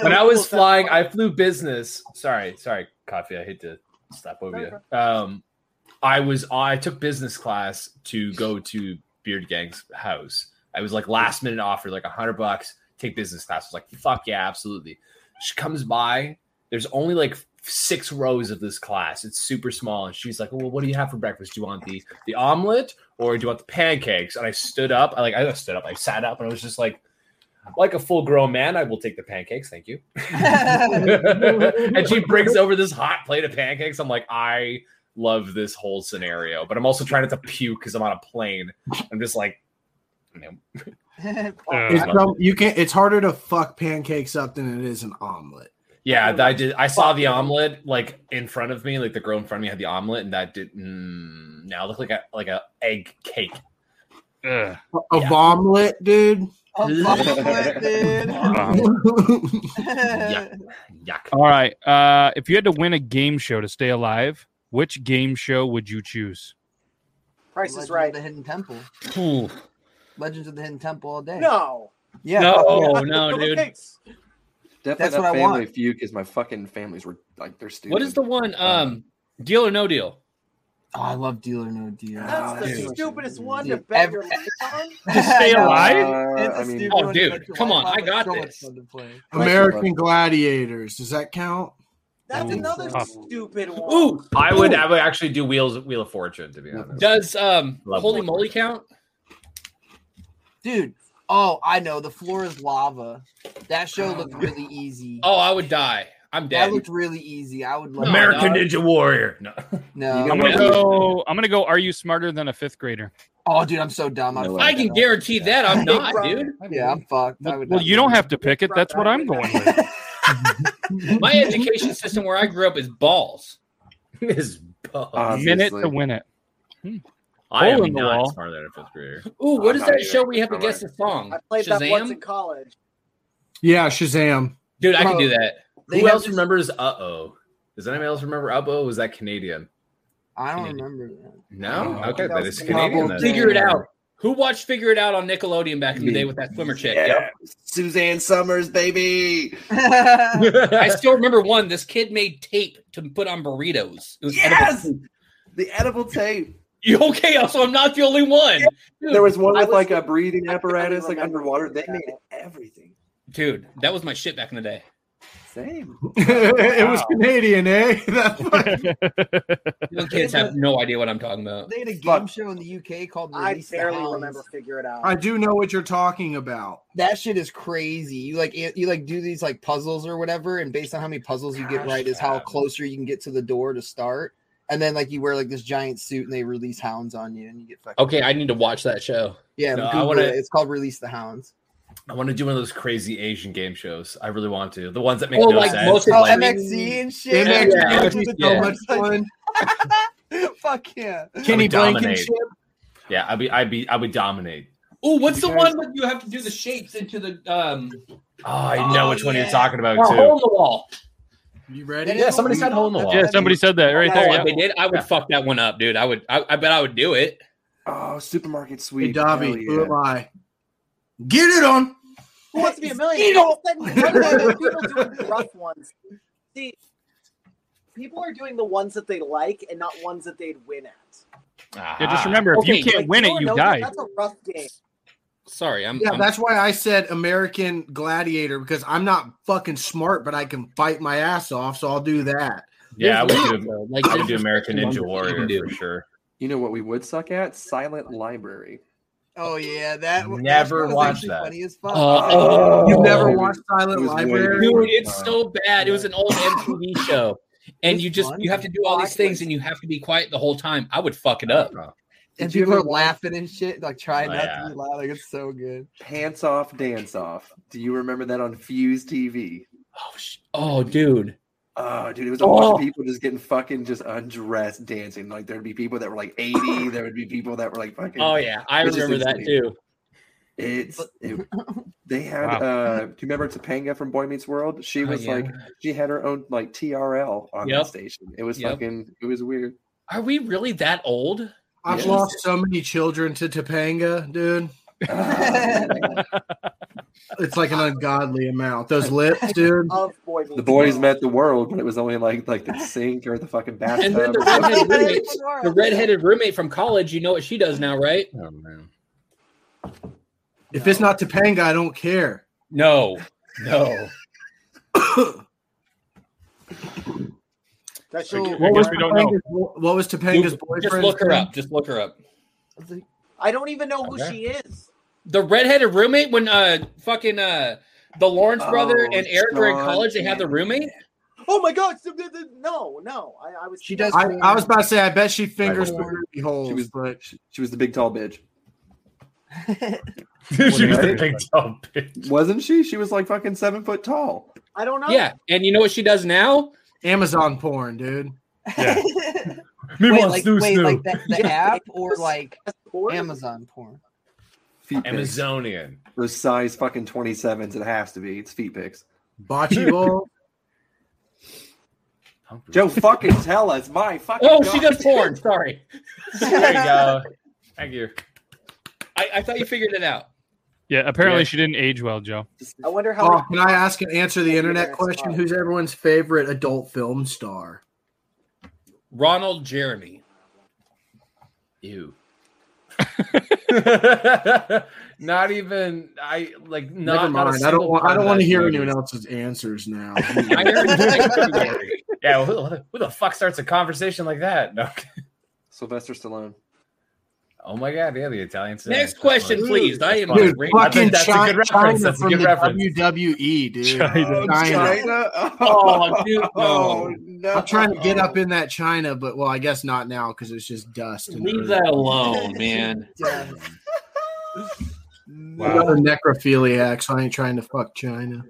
S6: when I was flying, I flew business. Sorry, sorry, coffee. I hate to stop over you. Um, I was I took business class to go to Beard Gang's house. I was like last minute offer, like a hundred bucks. Take business class. I was like, fuck yeah, absolutely. She comes by. There's only like six rows of this class. It's super small, and she's like, well, what do you have for breakfast? Do you want the the omelet or do you want the pancakes? And I stood up. I like I stood up. I sat up, and I was just like like a full grown man, I will take the pancakes. Thank you. and she brings over this hot plate of pancakes. I'm like, I love this whole scenario, but I'm also trying not to puke because I'm on a plane. I'm just like, you know.
S5: It's prob- you can It's harder to fuck pancakes up than it is an omelet.
S6: yeah, that I did. I saw the omelet like in front of me, like the girl in front of me had the omelet, and that did mm, now look like a like a egg cake.
S1: Ugh.
S5: A omelet, dude.
S1: Uh, All right. Uh, if you had to win a game show to stay alive, which game show would you choose?
S3: Price is
S7: Legends
S3: right.
S7: Of the Hidden Temple.
S1: Ooh.
S7: Legends of the Hidden Temple all day.
S3: No.
S7: Yeah.
S6: No, no, dude.
S8: Definitely
S7: That's
S8: not
S7: what I
S8: family
S7: want.
S8: feud because my fucking families were like they're stupid.
S4: What is the one? Um, deal or no deal.
S7: Oh, I love Deal or No Deal.
S3: That's the
S7: Dude.
S3: stupidest one to
S7: Dude,
S3: bet
S7: every-
S3: your life on.
S7: To stay alive?
S5: It's a Uh, I mean- stupid
S4: oh,
S5: one to
S4: dude,
S5: bet your
S4: come
S5: life
S4: on!
S5: on.
S4: I got
S5: So much
S4: this.
S5: American Gladiators. Does that count?
S3: That's
S6: Ooh.
S3: another
S6: Tough.
S3: stupid one.
S4: Ooh,
S6: I would
S4: Ooh.
S6: I would actually do wheels Wheel of Fortune to be honest.
S4: Does um
S6: Love
S4: holy
S6: Lord.
S4: moly count?
S7: Dude. Oh, I know. The floor is lava. That show looked really easy.
S4: Oh, I would die. I'm
S7: That
S4: dead.
S7: looked really easy. I would love
S6: American Ninja Warrior. No.
S7: No.
S1: I'm gonna go. I'm gonna go. Are you smarter than a fifth grader?
S7: Oh, dude, I'm so dumb. I'm
S4: I can guarantee that I'm not, dude.
S7: Yeah, I'm fucked. I would
S1: Well, you don't have to pick it. That's what I'm going with.
S4: My education system where I grew up is balls.
S6: is balls.
S1: Uh, Minute to win it.
S6: I
S1: Hole
S6: am
S1: in the
S6: not
S1: wall.
S6: smarter than a fifth grader.
S4: Ooh, what is
S6: I'm not
S4: that
S6: either.
S4: show where you have to
S6: I'm
S4: guess the song?
S3: I played that once in
S4: Shazam?
S3: college.
S5: Yeah, Shazam.
S4: Dude, I can do that.
S6: Who else remembers Uh Oh? Does anybody else remember Uh Oh? Was that Canadian?
S7: I don't remember that.
S6: No.
S7: Oh,
S6: okay,
S7: that
S6: that
S7: was
S6: is Canadian. then.
S4: Figure it out. Who watched Figure It Out on Nickelodeon back in the day with that swimmer chick? Yep.
S8: Suzanne Summers, baby.
S4: I still remember one. This kid made tape to put on burritos. It was
S8: yes! The edible tape.
S4: You okay? Also, I'm not the only one.
S8: There was one with like a breathing apparatus, like underwater. They made everything.
S4: Dude, that was my shit back in the day.
S8: Same.
S5: it was Canadian, eh? That's
S4: Young kids have no idea what I'm talking about.
S7: They had a game show in the UK called
S3: I
S7: Release the
S3: barely
S7: Hounds.
S3: remember Figure It Out.
S5: I do know what you're talking about.
S7: That shit is crazy. You like it- you like do these like puzzles or whatever, and based on how many puzzles you get
S5: Gosh,
S7: right is how closer you can get to the door to start. And then like you wear like this giant suit and they release hounds on you and you get fucking
S4: Okay, I need to watch that show.
S7: yeah.
S6: No, I
S7: Google
S6: wanna-
S7: it. It's called Release the Hounds.
S6: I want to do one of those crazy Asian game shows. I really want to. The ones that make
S7: Oh,
S6: no
S7: like
S6: sense.
S7: most of Oh, the- MXZ and shit. MXZ
S6: Yeah.
S7: is so
S6: Yeah.
S7: much Fuck yeah.
S6: I would dominate. Yeah, I'd be, I'd be, I would dominate.
S4: Oh, what's the one where you have to do the shapes into the um?
S6: Oh, I know which one you're talking about
S4: Oh,
S6: too.
S4: hole in the wall.
S5: You
S4: ready? Yeah, somebody said hole in the wall.
S1: Yeah, somebody said that right there.
S4: Oh,
S1: Yeah.
S4: if they did. I would fuck that one up, dude. I would. I, I bet I would do it.
S8: Oh, supermarket sweep.
S5: Hey, Dobby, who am I? Get it on.
S3: Who wants to be a millionaire? All of a sudden, why are people doing rough ones. See, people are doing the ones that they like and not ones that they'd win at.
S5: Ah.
S1: Yeah,
S4: Ah.
S1: just remember, if you can't win it, you die.
S3: That's a rough game.
S4: Sorry, I'm.
S5: Yeah,
S4: I'm-
S5: that's why I said American Gladiator because I'm not fucking smart, but I can fight my ass off, so I'll do that.
S6: Yeah, I would
S5: There's-
S6: do,
S4: like,
S6: I would do
S4: there's
S6: American
S8: just
S6: Ninja
S8: one that you
S6: Warrior
S8: can
S6: for sure.
S8: You know what we would suck at? Silent Library.
S7: Oh yeah, that that
S6: Never
S7: show was
S6: watched
S7: actually
S6: that.
S7: Funny as fuck.
S6: Oh.
S5: You've never
S6: Dude,
S5: watched Silent
S6: it was way
S5: Library?
S4: dude, it's so bad. It was an old MTV show, and you just you have to do all these things, and you have to be quiet the whole time. I would fuck it up.
S7: and people are laughing and shit, like trying
S6: Oh,
S7: not
S6: yeah.
S7: to be loud. Like it's so good.
S8: Pants off, dance off. Do you remember that on Fuse TV?
S4: Oh, dude.
S8: Oh, dude, it was a bunch of people just getting fucking just undressed dancing. Like there'd be people that were like 80, there would be people that were like fucking
S4: Oh, yeah. I
S8: it's just
S4: remember that,
S8: insane.
S4: too.
S8: It's it- they had
S4: Wow.
S8: uh do you remember Topanga from Boy Meets World? She
S4: Oh,
S8: was
S4: yeah.
S8: like she had her own like TRL on
S4: Yep.
S8: that station. It was
S4: Yep.
S8: fucking it was weird.
S4: Are we really that old?
S5: I've
S8: Yes.
S5: lost so many children to Topanga, dude. it's like an ungodly amount. Those lips, dude.
S1: Oh,
S3: Of boy
S8: The boys met the world, but it was only like like the sink or the fucking bathtub.
S4: And then the
S8: or something.
S4: redheaded roommate, the redheaded roommate from college, you know what she does now, right?
S5: If it's not Topanga, I don't care.
S4: No, no.
S3: That's
S4: So,
S3: your-
S4: what was I don't know.
S5: Topanga's- What was Topanga's boyfriend?
S4: Just look her up. Just look her up.
S3: I don't even know who
S4: Okay.
S3: she is.
S4: The redheaded roommate when uh fucking uh the Lawrence brother and Eric were in
S5: Sean
S4: college, they had the roommate.
S3: Oh my god! so the- the- No, no, I, I was. She
S5: I, I was about to say, I bet she fingers
S8: Right.
S5: Ruby holes,
S8: She was-
S5: but
S8: She was the big tall bitch.
S6: she was the big tall bitch.
S8: Wasn't she? She was like fucking seven foot tall.
S3: I don't know.
S4: Yeah, and you know what she does now?
S5: Amazon porn, dude.
S7: Yeah.
S5: Me
S7: wait,
S5: wants
S7: like,
S5: snoo
S7: wait,
S5: snoo.
S7: like the, the
S5: Yeah.
S7: app or like Amazon porn?
S8: Feet pics.
S6: Amazonian.
S8: Those size fucking 27s. It has to be. It's feet pics.
S5: Bocce ball.
S8: Joe, fucking tell us. My fucking.
S4: Oh, she does porn. Sorry.
S6: There you go. Thank you.
S4: I, I thought you figured it out.
S1: Yeah, apparently
S4: Yeah.
S1: she didn't age well, Joe.
S3: I wonder how.
S5: Oh, can I ask and answer the internet question? Who's everyone's favorite adult film star?
S4: Ronald Jeremy.
S6: Ew. not even I like
S5: Never
S6: not.
S5: mind.
S6: not a
S5: I don't
S6: single
S5: want.
S6: part
S5: I don't
S6: of
S5: want to
S6: that
S5: hear
S6: movie.
S5: anyone else's answers now.
S6: Yeah, well, who, the- who the fuck starts a conversation like that? No.
S8: Sylvester Stallone.
S6: Oh my god, yeah, the Italian. Stallion.
S4: Next question,
S6: That's
S4: please.
S6: funny.
S4: I am
S6: That's
S5: Dude,
S6: funny. I
S5: fucking
S6: think that's
S5: China,
S6: a good reference. That's a
S5: from
S6: good
S5: the
S6: reference.
S5: WWE, dude.
S6: China. China?
S5: Oh,
S4: dude,
S5: no. I'm trying to get up in that China, but well, I guess not now because it's just dust. and
S4: Leave
S5: earth.
S4: that alone, man.
S5: I'm not a necrophiliac, so I ain't trying to fuck China.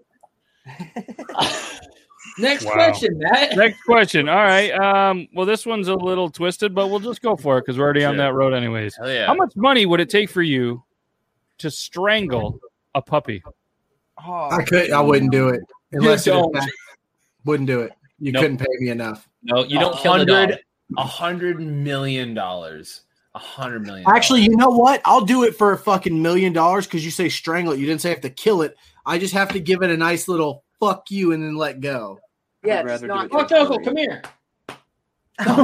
S4: Next
S1: Wow.
S4: question, Matt.
S1: Next question. All right. Um, well, this one's a little twisted, but we'll just go for it because we're already on
S6: Sure.
S1: that road, anyways.
S6: Hell yeah.
S1: How much money would it take for you to strangle a puppy?
S7: Oh,
S5: I could. I wouldn't do it unless it
S1: don't.
S5: attacked- wouldn't do it. You couldn't pay me enough.
S4: No,
S5: you don't kill the dog.
S6: A hundred million dollars. A hundred million.
S5: Actually, you know what? I'll do it for a fucking million dollars because you say strangle it. You didn't say I have to kill it. I just have to give it a nice little fuck you and then let go.
S3: Yeah,
S5: I'd
S3: just
S5: rather
S3: not.
S5: do it
S4: Fuck, Uncle, come here.
S6: No, no,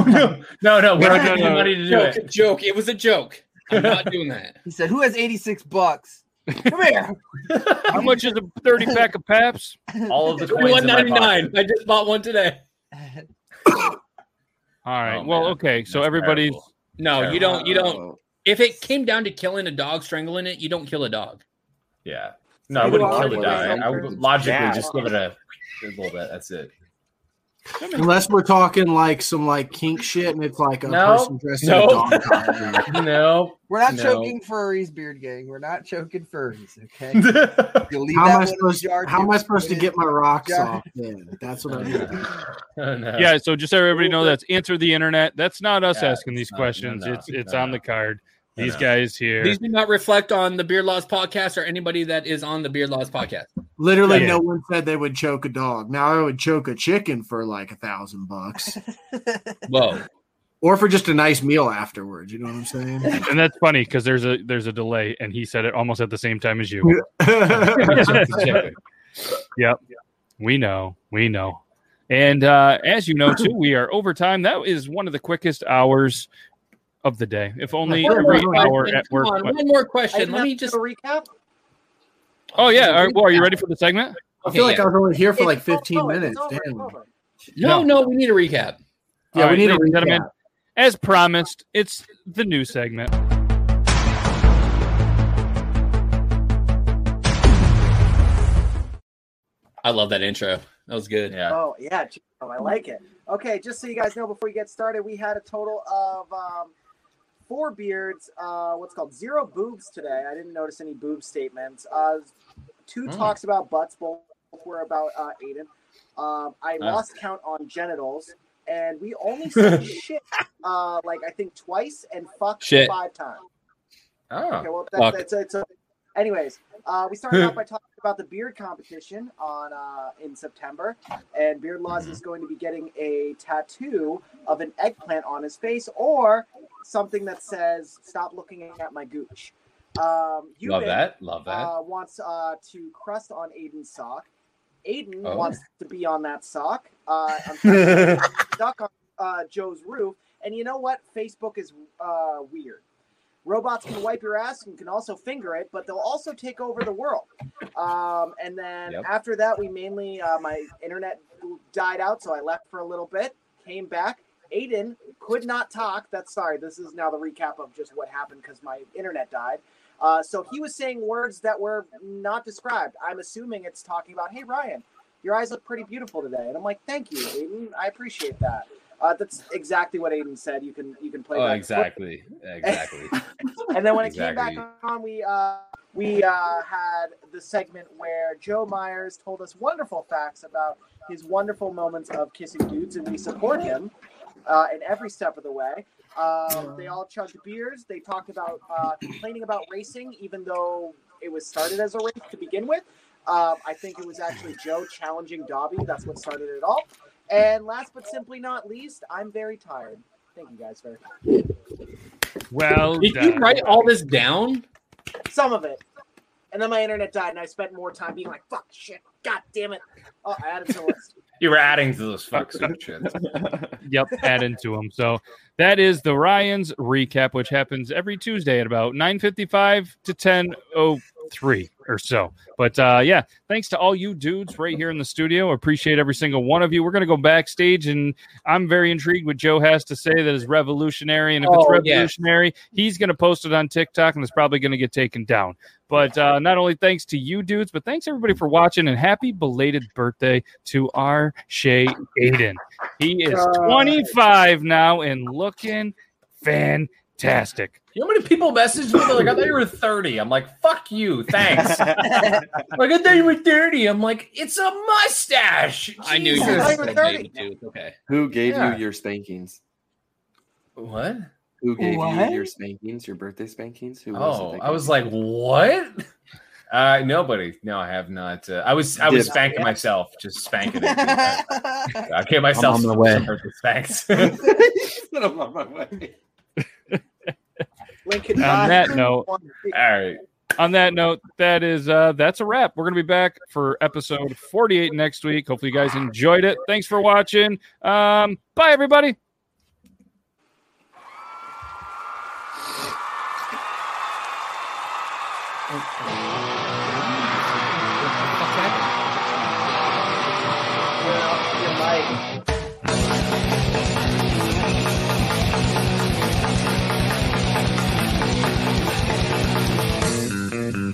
S4: No,
S6: we're
S4: no,
S6: not getting
S4: no.
S6: money to do
S4: Joke,
S6: it.
S4: Joke. It was a joke. I'm not doing that.
S7: He said, "Who has eighty-six bucks? Come here."
S1: How much is a thirty pack of Paps?
S6: All of the coins
S4: One
S6: in my
S4: ninety nine.
S6: pocket.
S4: I just bought one today.
S1: All
S4: Oh,
S1: right. well, okay. So everybody's
S4: No, you don't. You don't. If it came down to killing a dog, strangling it, you don't kill a dog.
S6: Yeah. No, I wouldn't kill the dog. I would logically just give it a, a little bit. That's it.
S5: Unless we're talking like some like kink shit and it's like a
S6: No.
S5: person dressed
S6: No.
S5: in a dog.
S6: no,
S7: We're not
S5: No.
S7: choking furries, beard gang. We're not choking furries. Okay. You'll leave
S5: How am, I
S7: that one in the
S5: supposed,
S7: jar,
S5: how am I
S7: dude.
S5: supposed to get my rocks
S7: Jar.
S5: off then? That's what I'm doing.
S4: Oh,
S1: yeah. So just so everybody know, that's answer the internet. That's not us
S4: Yeah,
S1: asking these questions.
S4: no,
S1: it's it's
S4: no,
S1: on
S4: no.
S1: the card.
S4: No,
S1: These
S4: no.
S1: guys here.
S4: These do not reflect on the Beard Laws podcast or anybody that is on the Beard Laws podcast.
S5: Literally,
S4: Yeah.
S5: no one said they would choke a dog. Now I would choke a chicken for like a thousand bucks,
S4: Whoa.
S5: or for just a nice meal afterwards. You know what I'm saying?
S1: and that's funny because there's a there's a delay, and he said it almost at the same time as you. yep. We know. We know. And uh, as you know, too, we are overtime. That is one of the quickest hours of the day. If only
S4: One more
S1: every hour
S4: question.
S1: at work.
S4: Come on,
S1: went-
S4: one more
S3: I
S4: question.
S3: didn't
S4: Let me
S3: have to
S4: just.
S3: do a recap.
S1: Oh yeah. Are, well, are you ready for the segment?
S5: I feel like I was only here for
S3: It's
S5: like 15
S3: over, it's
S5: minutes.
S3: over,
S5: Damn.
S4: No, no, we need a recap.
S5: Yeah,
S1: All
S5: we need a
S1: ladies and gentlemen,
S5: recap.
S1: As promised, it's the new segment.
S4: I love that intro. That was good.
S6: Yeah.
S3: Oh yeah, gee, oh, I like it. Okay, just so you guys know, before we get started, we had a total of um, four beards. Uh, what's called zero boobs today. I didn't notice any boob statements. Uh, two
S6: Hmm.
S3: talks about butts. Both were about uh, Aiden. Um, I
S6: Ah.
S3: lost count on genitals, and we only said shit uh, like I think twice and fuck
S6: Shit.
S3: five times.
S6: Oh,
S3: okay, well,
S6: fuck.
S3: that's, that's, that's a, anyways, uh, we started out by talking about the beard competition on uh, in September, and Beard Laws
S6: Mm-hmm.
S3: is going to be getting a tattoo of an eggplant on his face or something that says "Stop looking at my gooch." Um,
S6: Love
S3: Eubank,
S6: that, love that.
S3: Uh, wants uh, to crust on Aiden's sock. Aiden
S6: Oh.
S3: wants to be on that sock. Uh, I'm stuck on uh, Joe's roof. And you know what? Facebook is uh, weird. Robots can wipe your ass and can also finger it, but they'll also take over the world. Um, and then
S13: Yep.
S3: after that, we mainly uh, my internet died out, so I left for a little bit, came back. Aiden could not talk. That's sorry. This is now the recap of just what happened because my internet died. Uh, so he was saying words that were not described. I'm assuming it's talking about, hey Ryan, your eyes look pretty beautiful today, and I'm like, thank you, Aiden. I appreciate that. Uh, that's exactly what Aiden said. You can you can play.
S6: Oh,
S3: back the clip
S6: exactly, exactly.
S3: and then when it
S6: Exactly.
S3: came back on, we uh, we uh, had the segment where Joe Myers told us wonderful facts about his wonderful moments of kissing dudes, and we support him uh, in every step of the way. Um, they all chugged beers. They talked about uh, complaining about racing, even though it was started as a race to begin with. Um, I think it was actually Joe challenging Dobby. That's what started it all. And last but simply not least, I'm very tired. Thank you guys very much.
S1: Well,
S4: Did you
S1: done.
S4: write all this down?
S3: Some of it. And then my internet died, and I spent more time being like, fuck, shit, god damn it. Oh, I added to the list.
S6: You were adding to those fucks up shit.
S1: yep, add into them. So that is the Ryan's recap, which happens every Tuesday at about 9.55 to 10.03 or so. But uh, yeah, thanks to all you dudes right here in the studio. Appreciate every single one of you. We're going to go backstage, and I'm very intrigued what Joe has to say that is revolutionary. And if it's
S4: Oh, yeah.
S1: revolutionary, he's going to post it on TikTok, and it's probably going to get taken down. But uh, not only thanks to you dudes, but thanks everybody for watching, and happy belated birthday to our Shay Aiden. He is
S4: Uh,
S1: 25 now and looking fantastic.
S6: You know how many people messaged me? They're like, I thought you were 30. I'm like, fuck you. Thanks. like, I thought you were 30. I'm like, it's a mustache.
S4: I knew you
S6: Jesus.
S4: were a baby, dude. Okay.
S8: Who gave
S6: Yeah.
S8: you your spankings?
S6: What?
S8: Who gave
S6: What?
S8: you your spankings? Your birthday spankings? Who
S6: Oh,
S8: that
S6: I
S8: gave
S6: was
S8: you?
S6: like, what? Uh, nobody. No, I have not. Uh, I was I was
S8: Dibs.
S6: spanking myself, just spanking it. I gave myself
S8: I'm on my
S6: some-
S8: way.
S6: some birthday spanks.
S8: I'm on my way.
S3: Lincoln.
S1: On that note, all
S6: right.
S1: On that note, that is uh that's a wrap. We're gonna be back for episode 48 next week. Hopefully you guys enjoyed it. Thanks for watching. Um, bye everybody.